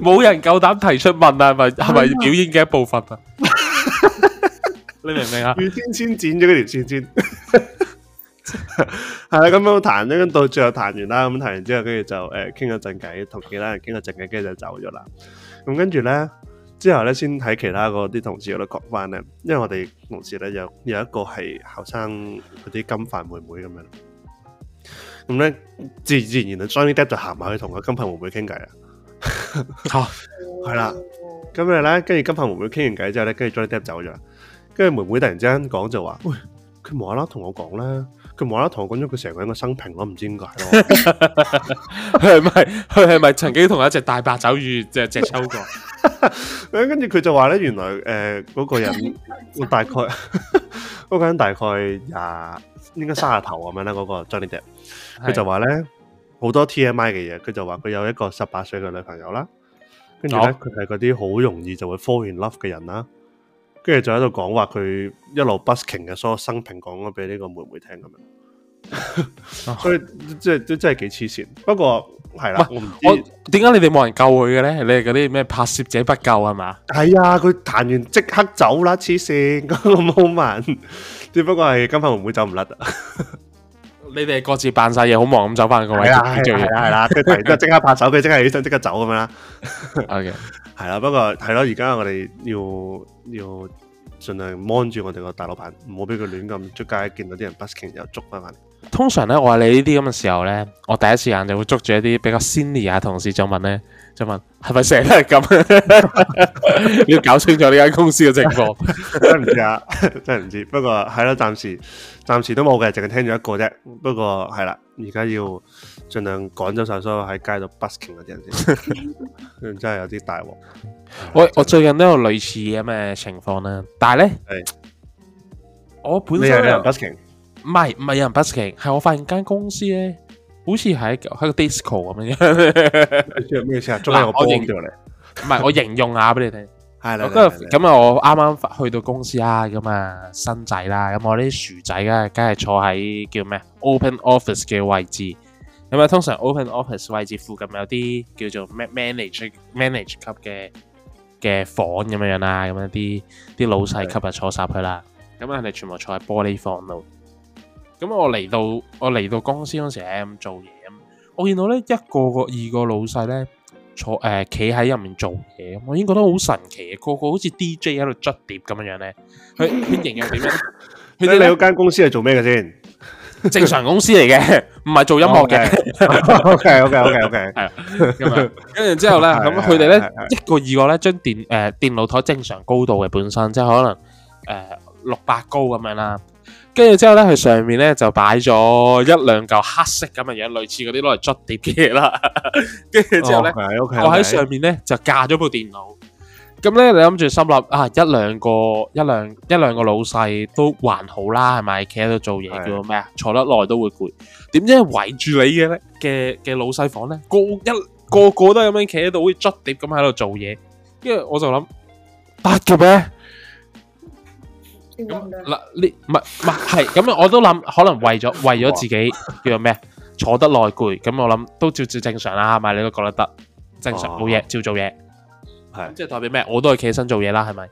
Speaker 2: 冇人夠膽提出問啊，係咪係咪表演嘅一部分啊？你明唔明啊？
Speaker 1: 預先 先剪咗嗰條線先，係啦，咁樣彈咗，到最後彈完啦，咁彈完之後，跟住就誒傾咗陣偈，同其他人傾咗陣偈，跟住就走咗啦。咁跟住咧，之後咧先喺其他嗰啲同事嗰度講翻咧，因為我哋同事咧有有一個係後生嗰啲金髮妹妹咁樣，咁咧自自然然 Johnny Depp 就行埋去同個金髮妹妹傾偈啦。
Speaker 2: 吓
Speaker 1: 係啦，咁咪咧，跟住金發妹妹傾完偈之後咧，跟住 Johnny Depp 走咗，跟住妹妹突然之間講就話：，喂，佢無啦啦同我講咧，佢無啦啦同我講咗佢成個人嘅生平咯，唔知點解咯。
Speaker 2: 佢系咪佢系咪曾經同一隻大白爪魚隻隻抽過？
Speaker 1: 咁跟住佢就話咧，原來誒嗰、個人大概嗰個人大概廿應該三十頭咁樣啦，嗰、個 Johnny Depp，佢就話咧好多 TMI 嘅嘢，佢就話佢有一個十八歲嘅女朋友啦，跟住咧
Speaker 2: 哦
Speaker 1: 佢係嗰啲好容易就會 fall in love 嘅人啦，跟住就喺度講話佢一路 busking 嘅所有生平講咗俾呢個妹妹聽咁樣。
Speaker 2: 哦
Speaker 1: 所以即係即真係幾黐線，不過係啦，我唔
Speaker 2: 我
Speaker 1: 知
Speaker 2: 點解你哋冇人救佢嘅咧？你哋嗰啲咩拍攝者不救係嘛？
Speaker 1: 係啊，佢彈完即刻走啦，黐線 嗰個 moment，只不過係今晚妹妹走唔甩啊。
Speaker 2: 你哋各自扮晒嘢，好忙咁走翻個位
Speaker 1: 係啦，
Speaker 2: 置
Speaker 1: 係
Speaker 2: 做
Speaker 1: 啦，
Speaker 2: 嘢。
Speaker 1: 係啦，佢突然之間即刻拍手，佢即刻起身，即刻走咁樣啦。
Speaker 2: O K，
Speaker 1: 係啦，不過係咯，而家我哋要要盡量 mon 住我哋個大老闆，唔好俾佢亂咁出街，見到啲人 busking 又捉翻翻嚟。
Speaker 2: 通常咧，我係你呢啲咁嘅時候咧，我第一時間就會捉住一啲比較 senior 嘅同事，就問咧，就問係咪成日都係咁？ 你要搞清楚呢間公司嘅情 況。
Speaker 1: 真係唔知啊， 真係唔知。不過係咯，暫時暫時都冇嘅，淨係聽咗一個啫。不過係啦，而家要盡量趕走晒所有喺街度 busking 嗰啲人先， 真係有啲大鑊。
Speaker 2: 我我最近都有類似咁嘅情況啦，但係咧
Speaker 1: 係，
Speaker 2: 我本
Speaker 1: 你又有
Speaker 2: 身
Speaker 1: 人
Speaker 2: 呢
Speaker 1: 啊 busking？
Speaker 2: 唔係唔係有人 busking，係我發現間公司咧，好似喺喺個 disco 咁樣。
Speaker 1: 即係咩事啊？捉緊個
Speaker 2: 嗱
Speaker 1: 波
Speaker 2: 我認
Speaker 1: 掉嚟，
Speaker 2: 唔係，我形容下俾你聽。
Speaker 1: 係啦，
Speaker 2: 我跟
Speaker 1: 嚟
Speaker 2: 住
Speaker 1: 嚟嚟
Speaker 2: 咁啊，我啱啱去到公司啦，咁啊新仔啦，咁我啲薯仔咧，梗係坐喺叫咩 open office 嘅位置。咁啊，通常 open office 位置附近有啲叫做咩 manage manage 級嘅嘅房咁樣樣啦，咁樣啲啲老細級啊坐晒入去啦。咁啊，你全部坐喺玻璃房度。咁我嚟到我嚟到公司嗰陣時咧，咁做嘢咁，我見到咧一個個二個老細咧。坐誒企喺入面做嘢，我已經覺得好神奇嘅，個個好似 DJ 喺度捽碟咁樣樣咧。佢佢形容 點樣？佢
Speaker 1: 你
Speaker 2: 哋
Speaker 1: 你
Speaker 2: 呢
Speaker 1: 嗰間公司係做咩嘅先？
Speaker 2: 正常公司嚟嘅，唔係做音樂嘅。
Speaker 1: 哦 OK OK OK OK，
Speaker 2: 咁啊，跟住之後咧，
Speaker 1: 係
Speaker 2: 咁
Speaker 1: 係
Speaker 2: 佢哋
Speaker 1: 係
Speaker 2: 咧
Speaker 1: 係
Speaker 2: 一個二個咧，將電誒電腦台正常高度嘅本身，即係可能誒六百高咁樣啦。跟住之後咧，佢上面咧就擺咗一兩嚿黑色咁嘅嘢，類似嗰啲攞嚟捽碟嘅嘢啦。跟住之後咧。
Speaker 1: 哦係 OK，
Speaker 2: 我喺上面咧就架咗部電腦。咁咧，你諗住心諗啊，一兩個一兩一兩個老細都還好啦，係咪？企喺度做嘢
Speaker 1: 係
Speaker 2: 叫做咩啊？坐得耐都會攰。點知圍住你嘅咧嘅嘅老細房咧，個一個個都係咁樣企喺度，好似捽碟咁喺度做嘢。跟住我就諗得嘅咩？
Speaker 3: 點解
Speaker 2: 咁
Speaker 3: 唔得？
Speaker 2: 嗱，呢唔係唔係係咁，我都諗可能為咗為咗自己叫做咩坐得耐攰，咁我諗都照照正常啦，係咪？你都覺得得正常
Speaker 1: 哦
Speaker 2: 冇嘢，照做嘢。
Speaker 1: 係
Speaker 2: 即係代表咩？我都係企起身做嘢啦，係咪？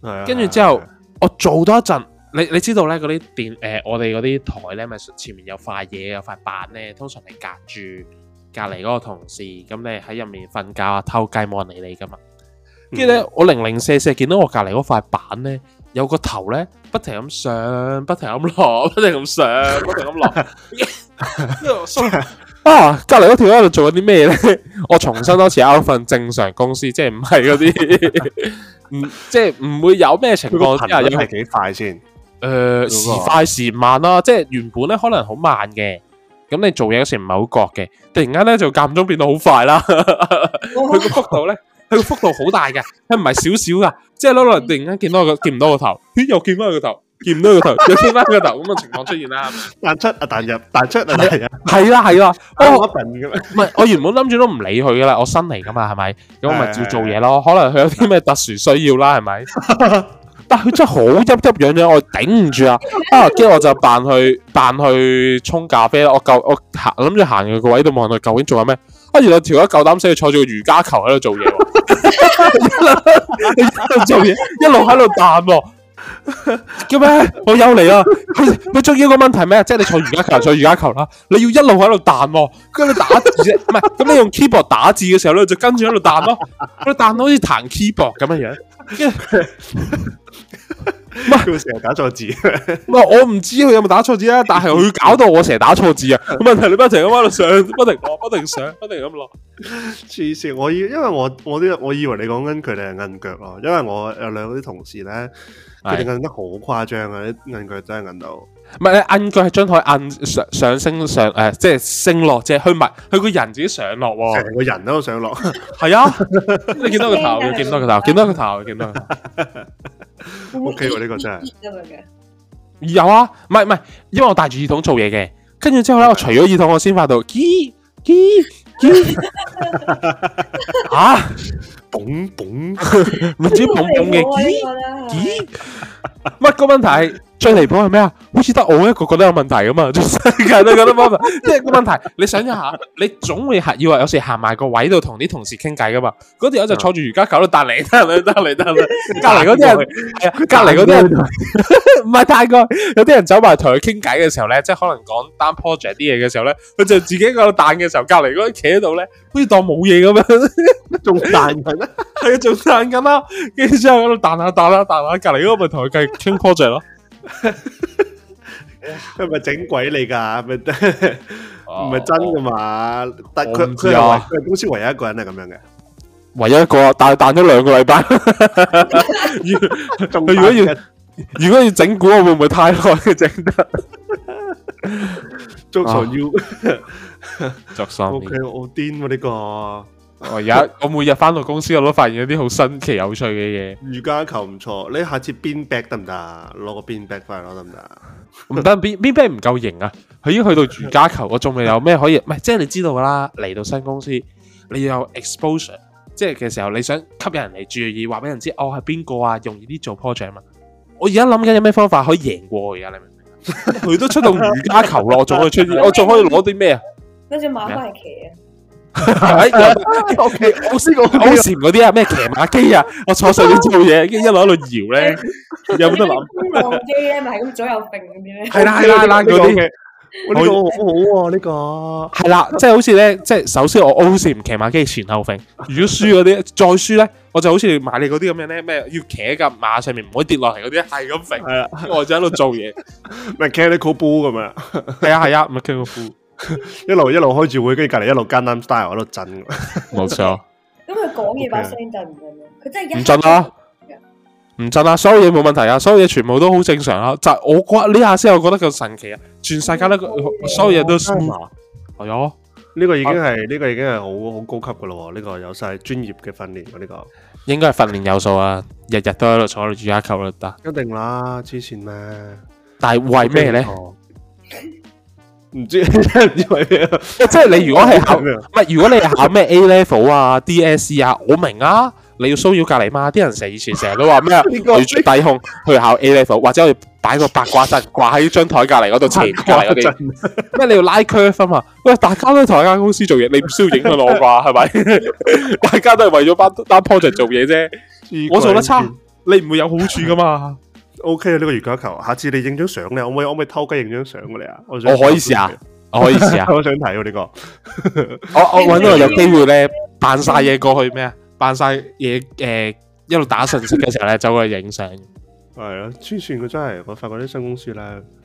Speaker 1: 係啊
Speaker 2: 跟住之後，我做多一陣，你你知道咧嗰啲電誒、呃我哋嗰啲台咧咪前面有塊嘢有塊板咧，通常你隔住隔離嗰個同事，咁你喺入面瞓覺啊偷雞冇人理你噶嘛。
Speaker 1: 嗯
Speaker 2: 跟住咧，我零零四四見到我隔離嗰塊板咧，有個頭咧不停咁上，不停咁落， 不停咁上，不停咁落。跟住我心諗 啊，隔離嗰條友喺度做緊啲咩咧？ 我重新多次 out 份正常公司，即係唔係嗰啲， 唔即係唔會有咩情
Speaker 1: 佢個
Speaker 2: 況之下
Speaker 1: 頻
Speaker 2: 有
Speaker 1: 率係幾快先？
Speaker 2: 诶時快時慢啦。即係原本咧可能好慢嘅，咁你做嘢嗰時唔係好覺嘅，突然間咧就間唔中變到好快啦。佢個幅度咧，佢個幅度好大嘅，佢唔係少少噶，即係攞落嚟突然間見到個見唔到個頭，咦又見翻佢個頭，見唔到佢個頭，又見翻佢個頭，咁嘅情況出現啦。
Speaker 1: 彈出啊彈入， 彈出啊彈入，
Speaker 2: 係啦係啦，
Speaker 1: 我
Speaker 2: 哦
Speaker 1: 一陣咁樣。
Speaker 2: 唔係，我原本諗住都唔理佢噶啦，我新嚟噶嘛係咪？咁我咪照做嘢咯。可能佢有啲咩特殊需要啦係咪？ 但佢真係好鬱鬱攘攘，我頂唔住啊！啊，跟住我就扮去扮去沖咖啡啦。我夠我行諗住行去個位度望佢究竟做緊咩。啊，原來條友夠膽死，佢坐住個瑜伽球喺度做嘢喎， 一路做嘢，一路喺度彈 喎。叫咩？我又嚟啦！佢佢仲要個問題咩？即係你坐瑜伽球就坐瑜伽球啦，你要一路喺度彈喎，跟住你打字啫，唔係咁你用 keyboard 打字嘅時候咧，就跟住喺度彈咯，佢彈到好似彈 keyboard 咁樣樣。跟住
Speaker 1: 佢成日打錯 字，
Speaker 2: 唔係啊我唔知佢有冇打錯字啊，但係佢搞到我成日打錯字啊。問題你不停咁喺度上，不停落，不停上，不停咁落。
Speaker 1: 黐線！我以因為我我啲我以為你講緊佢哋係摁腳咯，因為我有兩個啲同事咧，佢哋
Speaker 2: 係
Speaker 1: 摁得好誇張啊！啲摁腳真係摁到，
Speaker 2: 唔係你摁腳係將佢摁上上升上誒，即係升落啫。佢唔係佢個人自己上落喎。
Speaker 1: 成個人都上落。
Speaker 2: 係啊，你見到個頭嘅，見到個頭，見到個頭嘅，見到個頭。
Speaker 1: OK 喎呢個真係
Speaker 2: 有啊，唔係唔係，因為我戴住耳筒做嘢嘅，跟住之後咧，我除咗耳筒，我先發 到咦咦咦 啊，
Speaker 1: 嘣嘣，
Speaker 2: 唔啊知捧捧 嘅咦咦， 乜個問題係最離譜係咩啊？好似得我一個覺得有問題噶啊 嘛，全世界都覺得冇問 題。即係個問題，你想一下，你總會係以為有時行埋個位度同啲同事傾偈噶嘛，嗰條友就坐住瑜伽球喺度彈嚟彈去彈嚟 彈去，隔離嗰啲人係啊，隔離嗰啲人。唔係大概有啲人走埋同佢傾偈嘅時候咧，即係可能講單 project 啲嘢嘅時候咧，佢就自己喺度彈嘅時候，隔離嗰啲企喺 度咧，好似當冇嘢咁樣，
Speaker 1: 仲大緊啊！
Speaker 2: 係啊，仲彈緊啦，跟住之後喺度彈下彈下彈下，隔離嗰個咪同佢繼續傾 project 咯。
Speaker 1: 佢咪整鬼你㗎？咪
Speaker 2: 哦
Speaker 1: 唔係真㗎嘛？但
Speaker 2: 我
Speaker 1: 佢
Speaker 2: 唔
Speaker 1: 佢
Speaker 2: 知
Speaker 1: 係唯
Speaker 2: 啊
Speaker 1: 佢係公司唯一一個人係咁樣嘅。
Speaker 2: 唯一一個啊，但係彈咗兩個禮拜。
Speaker 1: 仲
Speaker 2: 佢如果要
Speaker 1: 彈
Speaker 2: 啊
Speaker 1: 嘅
Speaker 2: 如果要整蠱我，會唔會太耐嘅整得？
Speaker 1: 做傻
Speaker 2: 啊
Speaker 1: 要
Speaker 2: 作心
Speaker 1: OK，我癲喎呢個
Speaker 2: 我而家我每日翻到公司，我都發現一啲好新奇有趣嘅
Speaker 1: 瑜伽球唔錯，你下次邊 back 得唔得啊？攞個邊 back 翻嚟攞得唔得啊？
Speaker 2: 嘢。唔得，邊邊邊唔夠型啊！佢已經去到瑜伽球，我仲未有咩可以，唔係即係你知道㗎啦。嚟到新公司，你要有 exposure，即係嘅時候你想吸引人嚟注意，話俾人知我係邊個啊，容易啲做 project 嘛。我而家諗緊有咩方法可以贏過佢啊？你明唔明？佢都出動瑜伽球咯，我仲可以出現，我仲可以攞啲 咩啊？
Speaker 3: 嗰只
Speaker 2: Dạ.
Speaker 3: 馬翻嚟騎啊！
Speaker 2: 係咪有
Speaker 1: O K，我先我
Speaker 2: 好禪嗰啲啊，咩騎馬機啊，我坐上面做嘢，跟住一路一路搖 咧，有冇得諗？
Speaker 3: 諗？公路機咧，咪係咁左右揈嗰啲咧，
Speaker 2: 係啦係啦係啦嗰啲，
Speaker 1: 呢個好好喎，呢個
Speaker 2: 係啦，即係好似咧，即係首先我 O 禪騎馬機前後揈，如果輸嗰啲 再輸咧，我就好似買你嗰啲咁樣咧，咩要騎喺架馬上面唔可以跌落嚟嗰啲，係咁揈，
Speaker 1: 係啦
Speaker 2: 跟住我就喺度做嘢。
Speaker 1: ，mechanical bull 咁樣，
Speaker 2: 係啊係啊，咪傾個褲，
Speaker 1: 一路一路開住會，跟住隔離一路 Gangnam Style 喺度震。啊
Speaker 2: 冇錯，
Speaker 3: 咁佢講嘢把聲震唔震啊？佢真係一
Speaker 2: 唔震啦。唔震啊！所有嘢冇問題啊，所有嘢全部都好正常啊。就係我覺得呢下先，我覺得咁神奇啊！全世界都所有嘢都 smooth 啊，係啊。
Speaker 1: 呢個已經係呢個已經係好好高級噶咯喎，呢個有晒專業嘅訓練喎，呢個
Speaker 2: 應該係訓練有素啊，日日都喺度坐喺度瑜伽球都得。
Speaker 1: 一定啦，黐線咩？
Speaker 2: 但係為咩咧？
Speaker 1: 哦？唔知 真係唔知為咩啊，
Speaker 2: 即係你如果係
Speaker 1: 咁
Speaker 2: 考，唔
Speaker 1: 樣
Speaker 2: 係如果你係考咩 A level 啊、DSE 啊，我明啊，你要騷擾隔離嘛。啲人成日以前成日都話咩啊，
Speaker 1: 呢個
Speaker 2: 要最低控去考 A level，或者我哋擺個八卦陣掛喺張台隔離嗰度斜隔離嗰
Speaker 1: 真
Speaker 2: 啲，咩你要拉 curve 啊嘛？喂，大家都喺同一間公司做嘢，你唔需要影響 我啩？係咪？ 大家都係為咗班單 project 做嘢啫，
Speaker 1: 黐
Speaker 2: 我做得
Speaker 1: 鬼
Speaker 2: 差
Speaker 1: 線。
Speaker 2: 你唔會有好處噶嘛？
Speaker 1: O K 啊，呢個瑜伽球，下次你影張相咧，可唔可以可唔可以偷雞影張相過嚟啊？我想
Speaker 2: 我可以試下，我可以試 下。
Speaker 1: 我啊想睇喎呢個。
Speaker 2: 我我揾到有機會咧，扮晒嘢過去咩啊？扮晒嘢誒，一路打信息嘅時候咧，走過去影相。
Speaker 1: 係啊，黐線佢真係，我發覺啲新公司咧，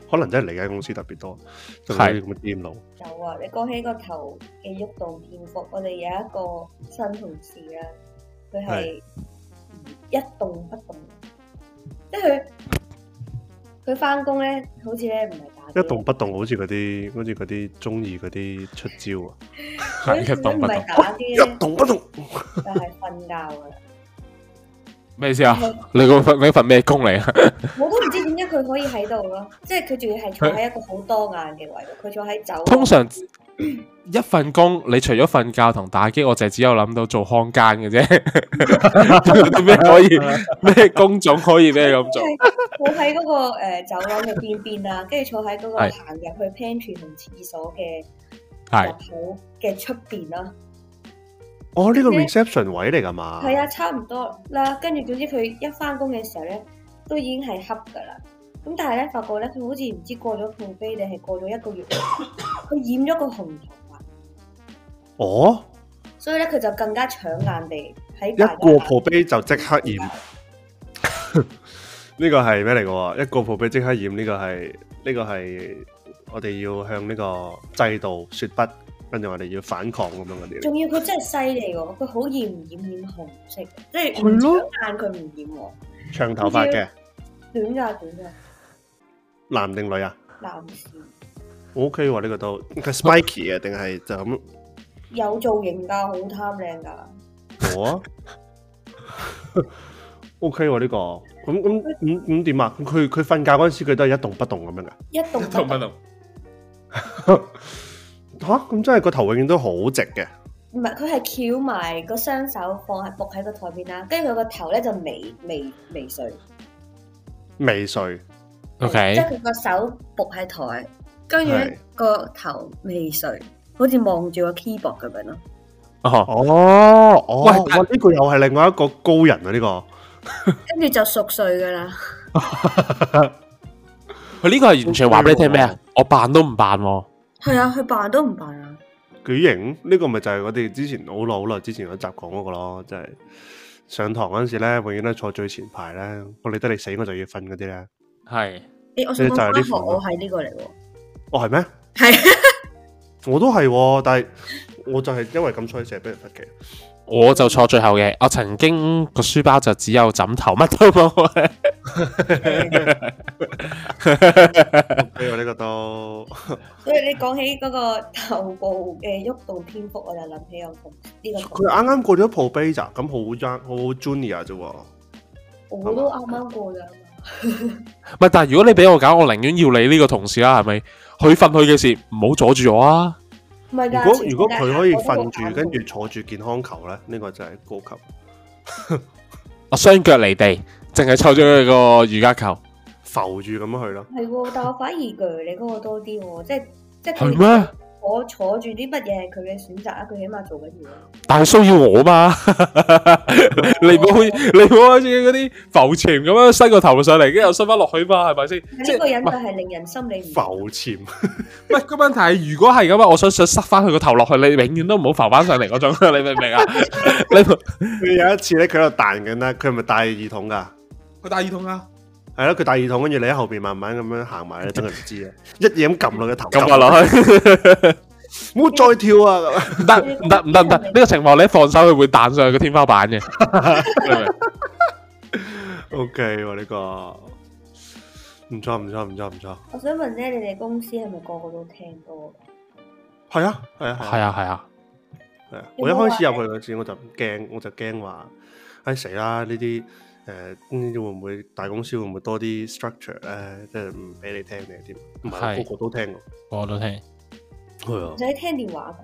Speaker 1: 可能真係嚟間公司特別多，就
Speaker 2: 係
Speaker 1: 係咁嘅癲佬。
Speaker 3: 有啊！你講起個頭嘅喐動蝙蝠，我哋有一個新同事啦，佢係一動不動，即係佢佢翻工咧，好似咧唔係打機
Speaker 1: 一動不動，好似嗰啲，好似嗰啲中意嗰啲出招啊！
Speaker 3: 佢
Speaker 2: 一動不
Speaker 3: 唔
Speaker 2: 動
Speaker 3: 係打機咧，
Speaker 1: 動不動，
Speaker 3: 就係瞓覺啊！
Speaker 2: 咩意思啊？你個份你份咩工嚟啊？
Speaker 3: 我都唔知點解佢可以喺度咯， 即係佢仲要係坐喺一個好多眼嘅位度，佢坐喺走廊
Speaker 2: 通常一份工，你除咗瞓覺同打機，我就係只有諗到做看更嘅啫。有 啲咩可以咩工種可以咩咁做？
Speaker 3: 我喺嗰個誒走廊嘅邊邊 啦，跟住坐喺嗰個
Speaker 2: 係
Speaker 3: 行入去 pantry 同廁所嘅
Speaker 2: 係
Speaker 3: 入口嘅出邊啦，
Speaker 1: 哦呢個 reception 位嚟㗎嘛？
Speaker 3: 係啊，差唔多啦。跟住總之佢一翻工嘅時候咧，都已經係恰㗎啦。咁但係咧，發覺咧，佢好似唔知過咗半飛定係過咗 一個月，佢染咗個紅頭髮，
Speaker 1: 哦，
Speaker 3: 所以咧佢就更加搶眼地喺
Speaker 1: 一
Speaker 3: 大家
Speaker 1: 過 p 杯就即刻染， 呢個係咩嚟嘅喎？一個鋪俾即刻染，呢、個係呢、個係我哋要向呢個制度說不，跟住我哋要反抗咁樣嗰啲。
Speaker 3: 仲要佢真係犀利喎，佢好易唔染染紅色，即係
Speaker 1: 係
Speaker 3: 唔
Speaker 1: 咯
Speaker 3: 眼佢唔染喎，
Speaker 1: 長頭髮嘅
Speaker 3: 短㗎短
Speaker 1: 男定女啊
Speaker 3: 㗎，男士
Speaker 1: ？O K 喎，呢、個都佢 spiky 嘅定係就咁
Speaker 3: 有造型㗎，好貪靚 㗎。
Speaker 1: 我啊？O K 喎呢個咁咁咁咁點啊？咁佢佢瞓覺嗰陣時，佢都係一動不動咁樣噶
Speaker 3: 一動不動，
Speaker 1: 吓？咁真係個頭永遠都好直嘅。
Speaker 3: 唔係佢係翹埋個雙手放喺伏喺個台邊啦，跟住佢個頭咧就微微微垂，
Speaker 1: 未睡，
Speaker 2: OK
Speaker 3: 即係佢個手伏喺台，跟住
Speaker 1: 係
Speaker 3: 個頭微垂，好似望住個 keyboard 咁樣咯。
Speaker 2: 哦，
Speaker 1: 哦哦，
Speaker 2: 喂
Speaker 1: 喂，呢、個又係另外一個高人啊！呢、個
Speaker 3: 跟住就熟睡㗎啦，
Speaker 2: 佢呢個係完全話俾你聽咩啊？我扮都唔扮喎，
Speaker 3: 係啊，佢扮都唔扮啊，
Speaker 1: 幾型？呢、個咪就係我哋之前好耐好耐之前嗰集講嗰個咯，即係上堂嗰陣時咧，永遠都坐最前排咧，我理得你死，我就要瞓嗰啲咧。
Speaker 2: 係
Speaker 3: 誒，我想
Speaker 1: 即係就
Speaker 3: 講
Speaker 1: 係呢
Speaker 3: 翻學，
Speaker 1: 款咯
Speaker 3: 我係呢個嚟喎，
Speaker 1: 哦，係咩？
Speaker 3: 係
Speaker 1: 我都係、喎，但係 我就係因為咁所以成日俾人罰嘅。
Speaker 2: 我就坐最後嘅，我曾經個書包就只有枕頭，乜都冇。
Speaker 1: 哎呀，呢個都
Speaker 3: 所以你講起嗰個頭部嘅喐動篇幅，我就諗起有同呢個
Speaker 1: 佢
Speaker 3: 同
Speaker 1: 啱啱過咗 probate 咋，咁好 young 好 junior 啫喎。
Speaker 3: 我都啱啱過㗎。
Speaker 2: 唔係，但係如果你俾我搞，我寧願要你呢個同事啦，係咪？佢瞓佢嘅事，唔好阻住我啊！
Speaker 3: 唔係
Speaker 1: 如
Speaker 3: 㗎，
Speaker 1: 果
Speaker 3: 全世界
Speaker 1: 如果佢可以瞓
Speaker 3: 我
Speaker 1: 住，
Speaker 3: 都冇啊
Speaker 1: 跟住坐住健康球咧，呢、個就係高級。
Speaker 2: 我雙腳離地，淨係抽咗佢個瑜伽球，
Speaker 1: 浮住咁樣去咯，
Speaker 3: 係喎，但我反而鋸你嗰個多啲喎，即係即係
Speaker 2: 係
Speaker 3: 佢
Speaker 2: 咩？
Speaker 3: 我坐住啲乜嘢係佢嘅選擇啊？佢起碼做緊嘢。
Speaker 2: 但係騷擾我嘛？ 你唔好你唔好好似嗰啲浮潛咁樣伸個頭上嚟，跟住又伸翻落去嘛？係咪先？即
Speaker 3: 呢個
Speaker 2: 係
Speaker 3: 人
Speaker 2: 唔
Speaker 3: 就
Speaker 2: 係
Speaker 3: 係令人心理唔
Speaker 1: 浮潛。
Speaker 2: 唔係個問題係？如果係咁啊，我想想塞翻佢個頭落去，你永遠都唔好浮翻上嚟嗰種， 你明唔明啊？ 你
Speaker 1: 佢有一次咧，佢喺度彈緊啦，佢係咪戴耳筒噶？
Speaker 2: 佢戴耳筒啊？
Speaker 1: 係咯，佢戴耳筒，跟住你喺後邊慢慢咁樣行埋咧，真係唔知 啊！一嘢咁撳落個頭，
Speaker 2: 撳落落去，
Speaker 1: 唔好再跳啊！咁樣
Speaker 2: 唔得唔得唔得唔得！呢個情況你一放手，佢會彈上去個天花 板嘅。你明唔明
Speaker 1: OK 喎，呢個唔錯唔錯唔錯唔錯，
Speaker 3: 我想問咧，你哋公司係咪個個都聽歌
Speaker 1: 哦
Speaker 3: 㗎？
Speaker 1: 係啊係啊
Speaker 2: 係啊係啊。
Speaker 1: 係啊！我一開始入去嗰時，我就驚，我就驚話，唉死啦！呢啲誒呢啲會唔會大公司會唔會多啲 structure 咧？即係唔俾你聽你添，唔係
Speaker 2: 係
Speaker 1: 個個都聽㗎。
Speaker 2: 我都聽。
Speaker 1: 係啊
Speaker 3: 唔，使聽電話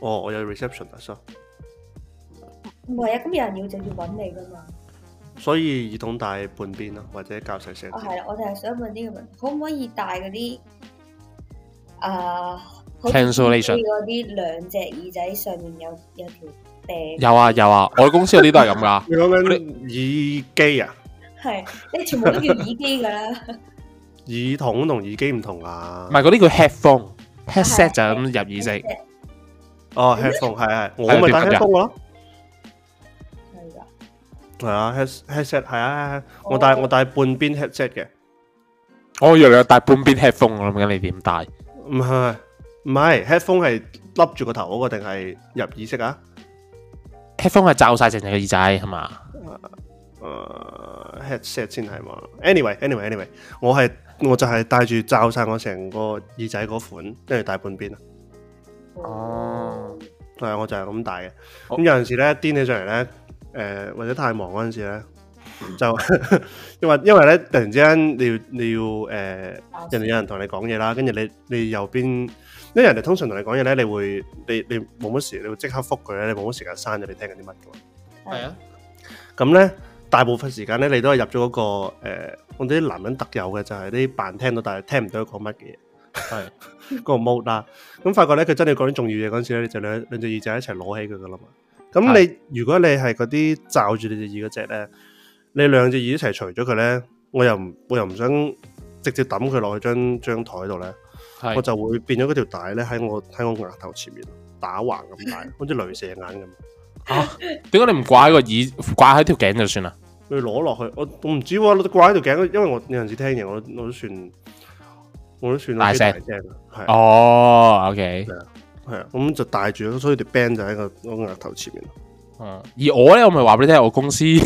Speaker 1: 哦，我有 reception 啊，so，
Speaker 3: 㗎，唔係啊，咁有人要就要揾你㗎嘛。
Speaker 1: 所以耳筒戴半邊啦，或者較細聲
Speaker 2: Dạ,
Speaker 3: 哦，
Speaker 1: 啲。
Speaker 3: 係啦，我就係想問呢個問題，可唔可以戴嗰啲啊
Speaker 2: Cancellation
Speaker 3: 嗰啲兩隻耳仔上面有有條柄？
Speaker 2: 有啊有啊，我哋公司有啲都係咁噶。
Speaker 1: 你講緊耳機啊？
Speaker 3: 係，你全部都叫耳機㗎啦。
Speaker 1: 耳筒同耳機唔同啊
Speaker 2: 唔？係嗰啲叫 headphone，headset
Speaker 3: 係
Speaker 2: 就咁入耳式。
Speaker 3: 係
Speaker 1: 哦，headphone 係係，我咪
Speaker 2: 係
Speaker 1: 戴
Speaker 2: 點解
Speaker 1: headphone 咯。
Speaker 3: 㗎。
Speaker 1: 係啊，head headset 係
Speaker 2: 哦
Speaker 1: 啊，我戴我戴半邊 headset 嘅，
Speaker 2: 我以為你戴半邊 headphone，我諗緊你點戴？
Speaker 1: 唔係唔係 headphone 係笠住個頭嗰個定係入耳式啊？
Speaker 2: headphone 係罩晒成隻耳仔係嘛？
Speaker 1: 誒 headset 先係嘛？anyway anyway anyway，我係我就係戴住罩晒我成個耳仔嗰款，跟住戴半邊啊。
Speaker 2: 哦，
Speaker 1: 係，啊我就係咁大嘅。
Speaker 2: 好
Speaker 1: 咁有陣時咧，癲起上嚟咧，誒、或者太忙嗰陣時咧，就 因為因為咧，突然之間你要你要誒、人哋有人同你講嘢啦，跟住你你右邊，因為人哋通常同你講嘢咧，你會你你冇乜時，你會即刻覆佢咧，你冇乜時間刪咗你聽緊啲乜噶嘛。
Speaker 3: 係啊，
Speaker 1: 咁咧，大部分時間咧，你都係入咗嗰、個、呃、我哋啲男人特有嘅就係啲扮聽到，但係聽唔到佢講乜嘅嘢。
Speaker 2: 係
Speaker 1: 嗰 個 mode 啦，咁發覺咧佢真係講啲重要嘢嗰陣時咧，你就兩兩隻耳仔一齊攞起佢噶啦嘛。咁你如果你係嗰啲罩住你隻耳嗰只咧，你兩隻耳一齊除咗佢咧，我又唔我又唔想直接抌佢落去張張台度咧，我
Speaker 2: 係
Speaker 1: 就會變咗嗰條帶咧喺我喺我額頭前面打橫咁帶，好似雷射眼咁。
Speaker 2: 點解你唔掛喺個耳掛喺條頸就算啦？
Speaker 1: 你攞落去，我我唔知喎，你掛喺條頸，因為我有陣時聽嘢，我我都算我都算
Speaker 2: 大聲
Speaker 1: 聲，係啊
Speaker 2: 哦，OK，
Speaker 1: 係啊，咁就戴住，所以條 band 就喺個我額頭前面。
Speaker 2: 嗯而我咧，我咪話俾你聽，我公司 有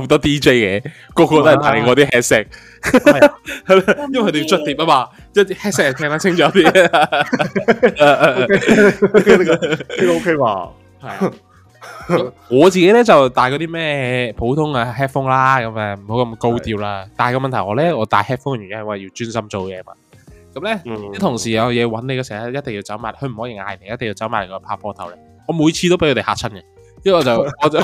Speaker 2: 好多 DJ 嘅，個個都係彈我啲 headset，
Speaker 1: 係啊
Speaker 2: 係啦 因為佢哋要捽碟啊嘛，一啲 headset 聽得清楚啲。
Speaker 1: 呢 個呢個 OK 吧？
Speaker 2: 係啊咁我自己咧就戴嗰啲咩普通嘅 headphone 啦，咁啊唔好咁高調啦。但係個問題我咧，我戴 headphone 嘅原因係為要專心做嘢嘛。咁咧
Speaker 1: 嗯，
Speaker 2: 啲同事有嘢揾你嘅時候咧，一定要走埋，佢唔可以嗌你，一定要走埋嚟個拍膊頭咧。我每次都俾佢哋嚇親嘅，因為 我就我就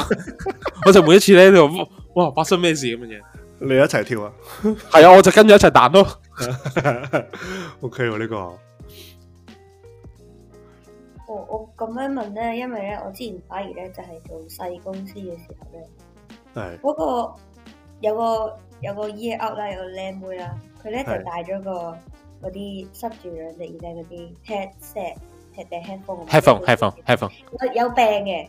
Speaker 2: 我就每一次咧就哇發生咩事咁嘅嘢。
Speaker 1: 你一齊跳啊
Speaker 2: 係啊，我就跟住一齊彈咯。
Speaker 1: ？OK 喎呢個，
Speaker 3: 我我咁樣問咧，因為咧我之前反而咧就係做細公司嘅時候咧，
Speaker 1: 係
Speaker 3: 嗰、個有個有個 year dạ out 啦，有個靚妹啦，佢咧就
Speaker 1: 係
Speaker 3: 戴咗個嗰啲塞住兩隻耳仔嗰啲 headset。定 headphone 咁樣
Speaker 2: headphone headphone headphone
Speaker 3: 有有病嘅，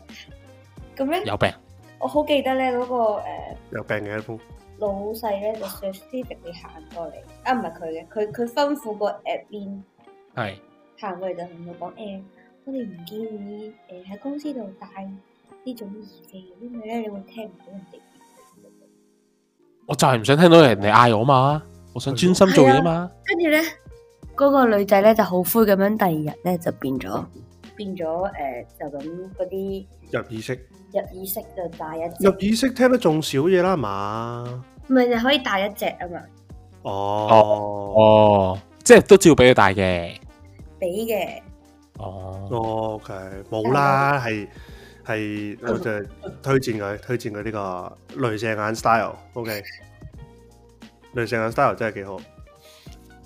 Speaker 3: 咁咧
Speaker 2: 有病
Speaker 3: 我好記得咧嗰、個、呃
Speaker 1: 有病嘅一封。
Speaker 3: 老細咧就 specifically 行過嚟，啊唔係佢嘅，佢佢吩咐個 admin
Speaker 2: 係
Speaker 3: 行過嚟就同佢講誒，我哋唔建議誒喺公司度戴呢種耳機，因為咧你會聽唔到人哋。
Speaker 2: 我就係唔想聽到人哋嗌我嘛，我想專心做嘢嘛。
Speaker 3: 跟住咧，嗰、個女仔咧就好灰咁樣，第二日咧就變咗變咗誒、就咁嗰啲
Speaker 1: 入意識，
Speaker 3: 入耳式就戴一隻
Speaker 1: 入，意識聽得仲少嘢啦，係嘛？
Speaker 3: 唔係就可以戴一隻啊嘛，
Speaker 1: 哦，
Speaker 2: 哦，即係都照俾佢戴嘅。
Speaker 3: 俾嘅。
Speaker 2: 哦。
Speaker 1: 哦，OK，冇啦，係係，我就係推薦佢，推薦佢呢個雷射眼 style，OK，雷射眼 style 真係幾好，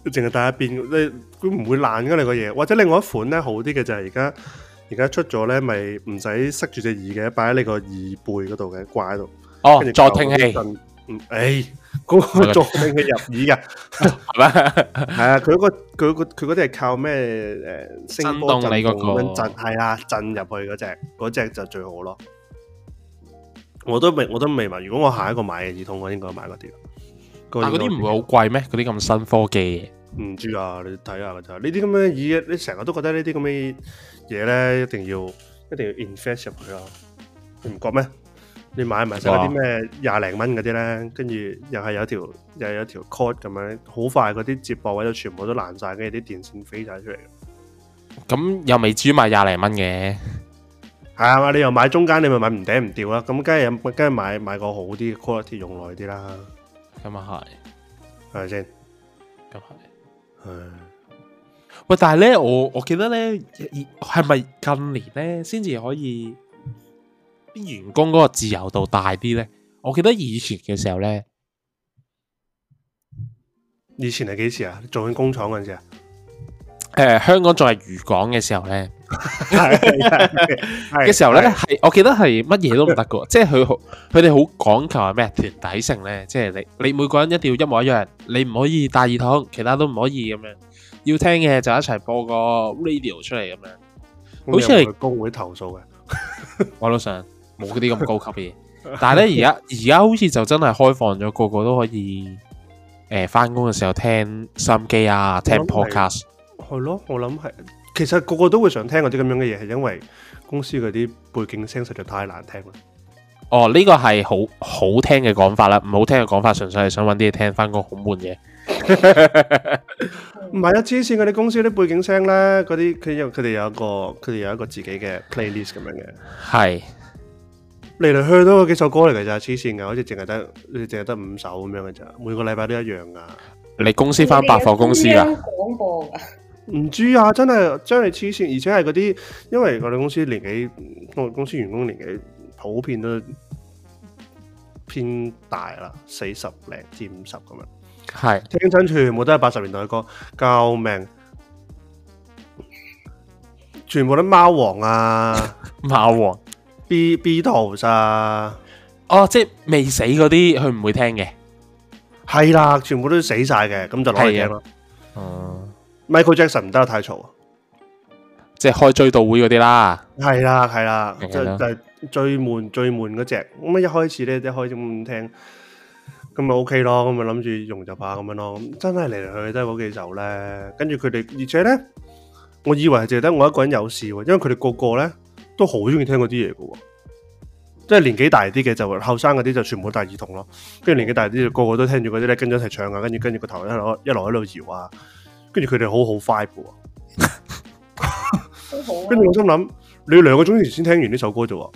Speaker 1: 淨係戴一邊，你佢唔會爛噶你個嘢，或者另外一款咧好啲嘅就係而家而家出咗咧，咪唔使塞住隻耳嘅，擺喺你個耳背嗰度嘅，掛喺度，
Speaker 2: 哦，
Speaker 1: 跟住
Speaker 2: 助聽
Speaker 1: 就
Speaker 2: 器
Speaker 1: 震，嗯，誒，嗰個助聽器入耳嘅。
Speaker 2: 係咪？
Speaker 1: 系啊，佢嗰、個佢嗰佢嗰啲係靠咩诶聲波
Speaker 2: 震動啊
Speaker 1: 震
Speaker 2: 你嗰
Speaker 1: 動
Speaker 2: 個
Speaker 1: 咁樣震係啊震入去嗰只嗰只就最好咯。我都未我都未買，如果我下一個買嘅耳筒，我應該買嗰啲。
Speaker 2: 但啊嗰啲唔會好貴咩？嗰啲咁新科技
Speaker 1: 唔知啊，你睇下噶咋？呢啲咁嘅耳，你成日都覺得呢啲咁嘅嘢咧，一定要一定要 invest 入去咯。你唔覺咩？你買埋晒嗰啲咩廿零蚊嗰啲咧，跟住又係有條又係有條 cord 咁樣，好快嗰啲接駁位就全部都爛晒，跟住啲電線飛晒出嚟。
Speaker 2: 嘢，咁又未至於賣廿零蚊嘅。
Speaker 1: 係啊嘛，你又買中間，你咪買唔頂唔掉啦。咁梗係有梗係買買個好啲嘅 quality 用耐啲啦，
Speaker 2: 咁啊
Speaker 1: 係咪先？
Speaker 2: 係，咁啊係。
Speaker 1: 唉
Speaker 2: 喂，但係咧，我我記得咧，係咪近年咧先至可以啲員工嗰個自由度大啲咧？我記得以前嘅時候咧，
Speaker 1: 以前係幾時啊？做緊工廠嗰陣時 啊？
Speaker 2: 誒、香港仲係漁港嘅時候咧
Speaker 1: 係係係係
Speaker 2: 嘅時候咧，係我記得係乜嘢都唔得 嘅，即係佢好佢哋好講求係咩團體性咧，即係你你每個人一定要一模一樣，你唔可以戴耳筒，其他都唔可以咁樣，要聽嘅就一齊播個 radio 出嚟咁樣。好似係
Speaker 1: 咁有冇去工會投訴嘅。
Speaker 2: 我都想冇嗰啲咁高 級嘅嘢。但係咧，而家而家好似就真係開放咗，個個都可以誒翻工嘅時候聽收音機啊，聽
Speaker 1: 我諗係
Speaker 2: podcast。
Speaker 1: 係咯，我諗係，其實個個都會想聽嗰啲咁樣嘅嘢，係因為公司嗰啲背景聲實在太難聽啦。
Speaker 2: 哦，呢個係好好聽嘅講法啦，唔好聽嘅講法純粹係想揾啲嘢聽翻工好悶嘅。
Speaker 1: 唔係啊，黐線嗰啲公司啲背景聲咧，嗰啲佢有佢哋有一個佢哋有一個自己嘅 playlist 咁樣嘅，
Speaker 2: 係
Speaker 1: 嚟嚟去去都嗰幾首歌嚟㗎咋，黐線㗎，好似淨係得淨係得五首咁樣嘅咋，每個禮拜都一樣㗎。
Speaker 2: 你公司翻百貨公司
Speaker 3: 中
Speaker 2: 㗎，
Speaker 3: 央廣播㗎，
Speaker 1: 唔知啊，真係真係黐線，而且係嗰啲，因為我哋公司年紀，我哋公司員工年紀普遍都偏大啦，四十零至五十咁樣。
Speaker 2: 係
Speaker 1: 聽真全部都係八十年代嘅歌，救命！全部都貓王啊
Speaker 2: 馬王。
Speaker 1: ，B B 圖啊，
Speaker 2: 哦，即係未死嗰啲，佢唔會聽嘅。
Speaker 1: 係啦，全部都死晒嘅，咁就攞嚟聽咯。
Speaker 2: 哦，
Speaker 1: Michael Jackson 唔得太嘈啊，
Speaker 2: 即係開追悼會嗰啲啦。
Speaker 1: 係啦係啦，
Speaker 2: 明
Speaker 1: 就
Speaker 2: 啦
Speaker 1: 就係最悶最悶嗰只。咁啊一開始咧，一開始咁聽，咁咪 OK 咯，咁咪諗住用就怕咁樣咯。咁真係嚟嚟去去都係嗰幾首咧，跟住佢哋，而且咧，我以為係淨係得我一個人有事喎，因為佢哋個個咧都好中意聽嗰啲嘢嘅喎。即係年紀大啲嘅就後生嗰啲就全部戴耳筒咯，跟住年紀大啲就個個都聽住嗰啲咧，跟住一齊唱啊，跟住跟住個頭一路一路喺度搖啊，跟住佢哋好好 vibe 嘅喎。
Speaker 3: 都好啊
Speaker 1: 跟住我心諗，你兩個鐘前先聽完呢首歌啫喎。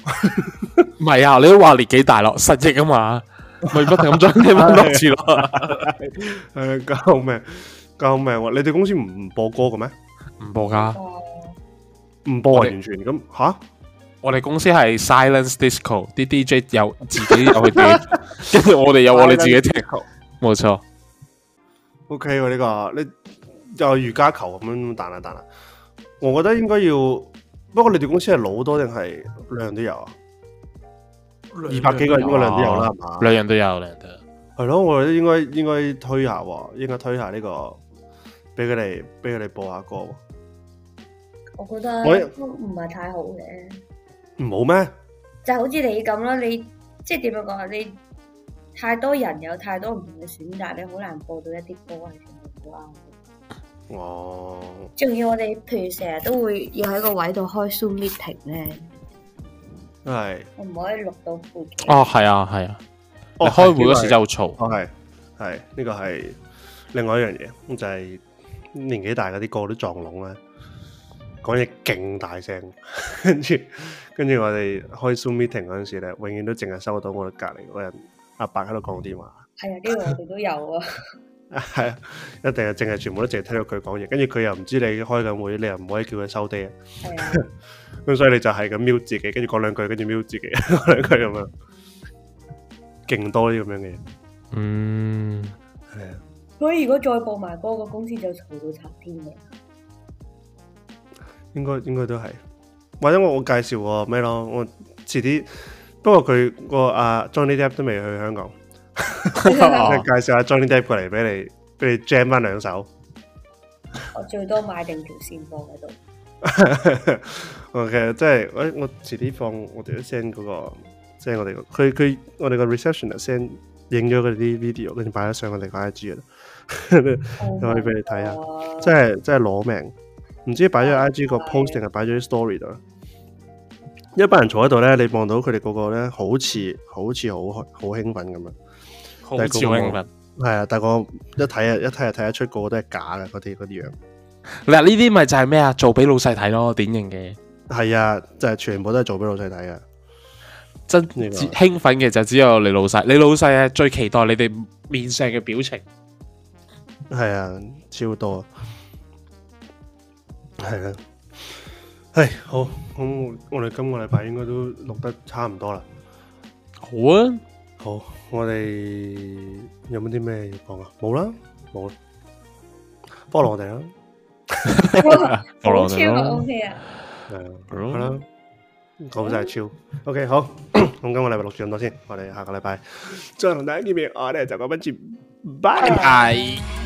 Speaker 2: 唔係啊，你都話年紀大咯，失憶啊 嘛，咪不停咁將你問多次咯。
Speaker 1: 誒救命！救命喎！你哋公司唔唔播歌嘅咩？
Speaker 2: 唔播噶，
Speaker 3: 哦
Speaker 1: 唔播啊，
Speaker 2: 我哋
Speaker 1: 完全咁吓？
Speaker 2: 我哋公司係 Silence Disco，啲 DJ 有自己有 佢哋，跟住我哋有我哋自己聽。冇錯，
Speaker 1: 啊 O K 喎，呢個你又係瑜伽球咁樣彈啊彈啊！我覺得應該要，不過你哋公司係老多定係量都有啊？二百幾個人應該量都有啦，係嘛？
Speaker 2: 兩樣都有，兩樣都有。
Speaker 1: 係咯，我覺得應該應該推下喎，應該推下呢個俾佢哋俾佢哋播下歌喎，
Speaker 3: 我覺得
Speaker 1: 我
Speaker 3: 都唔係太好嘅，
Speaker 1: 唔好咩？
Speaker 3: 就好似你咁啦，你即係點樣講啊？你太多人有太多唔同嘅選擇，你好難播到一啲歌係全部都啱。
Speaker 1: 哦，
Speaker 3: 仲要我哋譬如成日都會要喺個位度開 Zoom meeting 咧，
Speaker 1: 真係
Speaker 3: 我唔可以錄到背景。
Speaker 2: 哦，係啊，係啊，你
Speaker 1: 哦
Speaker 2: 開會嗰時
Speaker 1: 係
Speaker 2: 就嘈。
Speaker 1: 哦，係係呢個係另外一樣嘢，咁就係、年紀大嗰啲個個都撞聾啦，講嘢勁大聲， 跟住跟住我哋開 Zoom meeting 嗰陣時咧，永遠都淨係收到我哋隔離嗰人阿伯喺度講電話，
Speaker 3: 係啊，呢個我哋都有 啊。
Speaker 1: 係啊，一定係淨係全部都淨係聽到佢講嘢，跟住佢又唔知你開緊會，你又唔可以叫佢收爹，
Speaker 3: 係啊，
Speaker 1: 咁所以你就係咁 mute 自己，跟住講兩句，跟住 mute 自己講兩句咁樣，勁多啲咁樣嘅嘢，
Speaker 2: 嗯，
Speaker 1: 係啊。
Speaker 3: 所以如果再播埋歌，個公司就嘈到拆天嘅。
Speaker 1: 應該應該都係，或者我我介紹個咩咯，我遲啲。不過佢個阿 Johnny Depp 都未去香港，即
Speaker 3: 啊
Speaker 2: 哦
Speaker 1: 係介紹下 Johnny Depp 過嚟俾你，俾你 jam 翻兩首。
Speaker 3: 我最多買定條線播 喺度。
Speaker 1: 我其實真係，我我遲啲放我哋都 send 嗰個，即係我哋個佢佢我哋個 reception send 影咗佢啲 video，跟住擺咗上我哋個 IG 啦， 可以俾你睇下
Speaker 3: 下
Speaker 1: 真係真係攞命，唔知擺咗 IG 個 post 定係擺咗啲 story 度啦。一班人坐喺度咧，你望到佢哋個個咧，好似好似好開好興奮咁樣。
Speaker 2: 好似好興奮。
Speaker 1: 係啊，但係我一睇啊，一睇就睇得出個個都係假嘅嗰啲嗰啲樣。
Speaker 2: 嗱，呢啲咪就係咩啊？做俾老細睇咯，典型嘅。
Speaker 1: 係啊，就係、全部都係做俾老細睇嘅。
Speaker 2: 真
Speaker 1: 呢個
Speaker 2: 只興奮嘅就只有你老細，你老細係最期待你哋面上嘅表情。
Speaker 1: 係啊，超多。係啊。唉，好，咁我我哋今個禮拜應該都錄得差唔多啦。
Speaker 2: 好啊，
Speaker 1: 好，我哋有冇啲咩要講啊？冇啦，冇啦。follow 我哋啦，
Speaker 2: 好
Speaker 3: 好
Speaker 2: 咯
Speaker 3: 超啊，OK 啊。
Speaker 1: 係啊，
Speaker 2: 好咯
Speaker 1: 好啦，講晒超。OK，好， 咁今個禮拜錄住 à, 咁多先，我哋下個禮拜再同大家見面，我哋就講翻住，拜拜。
Speaker 2: 拜。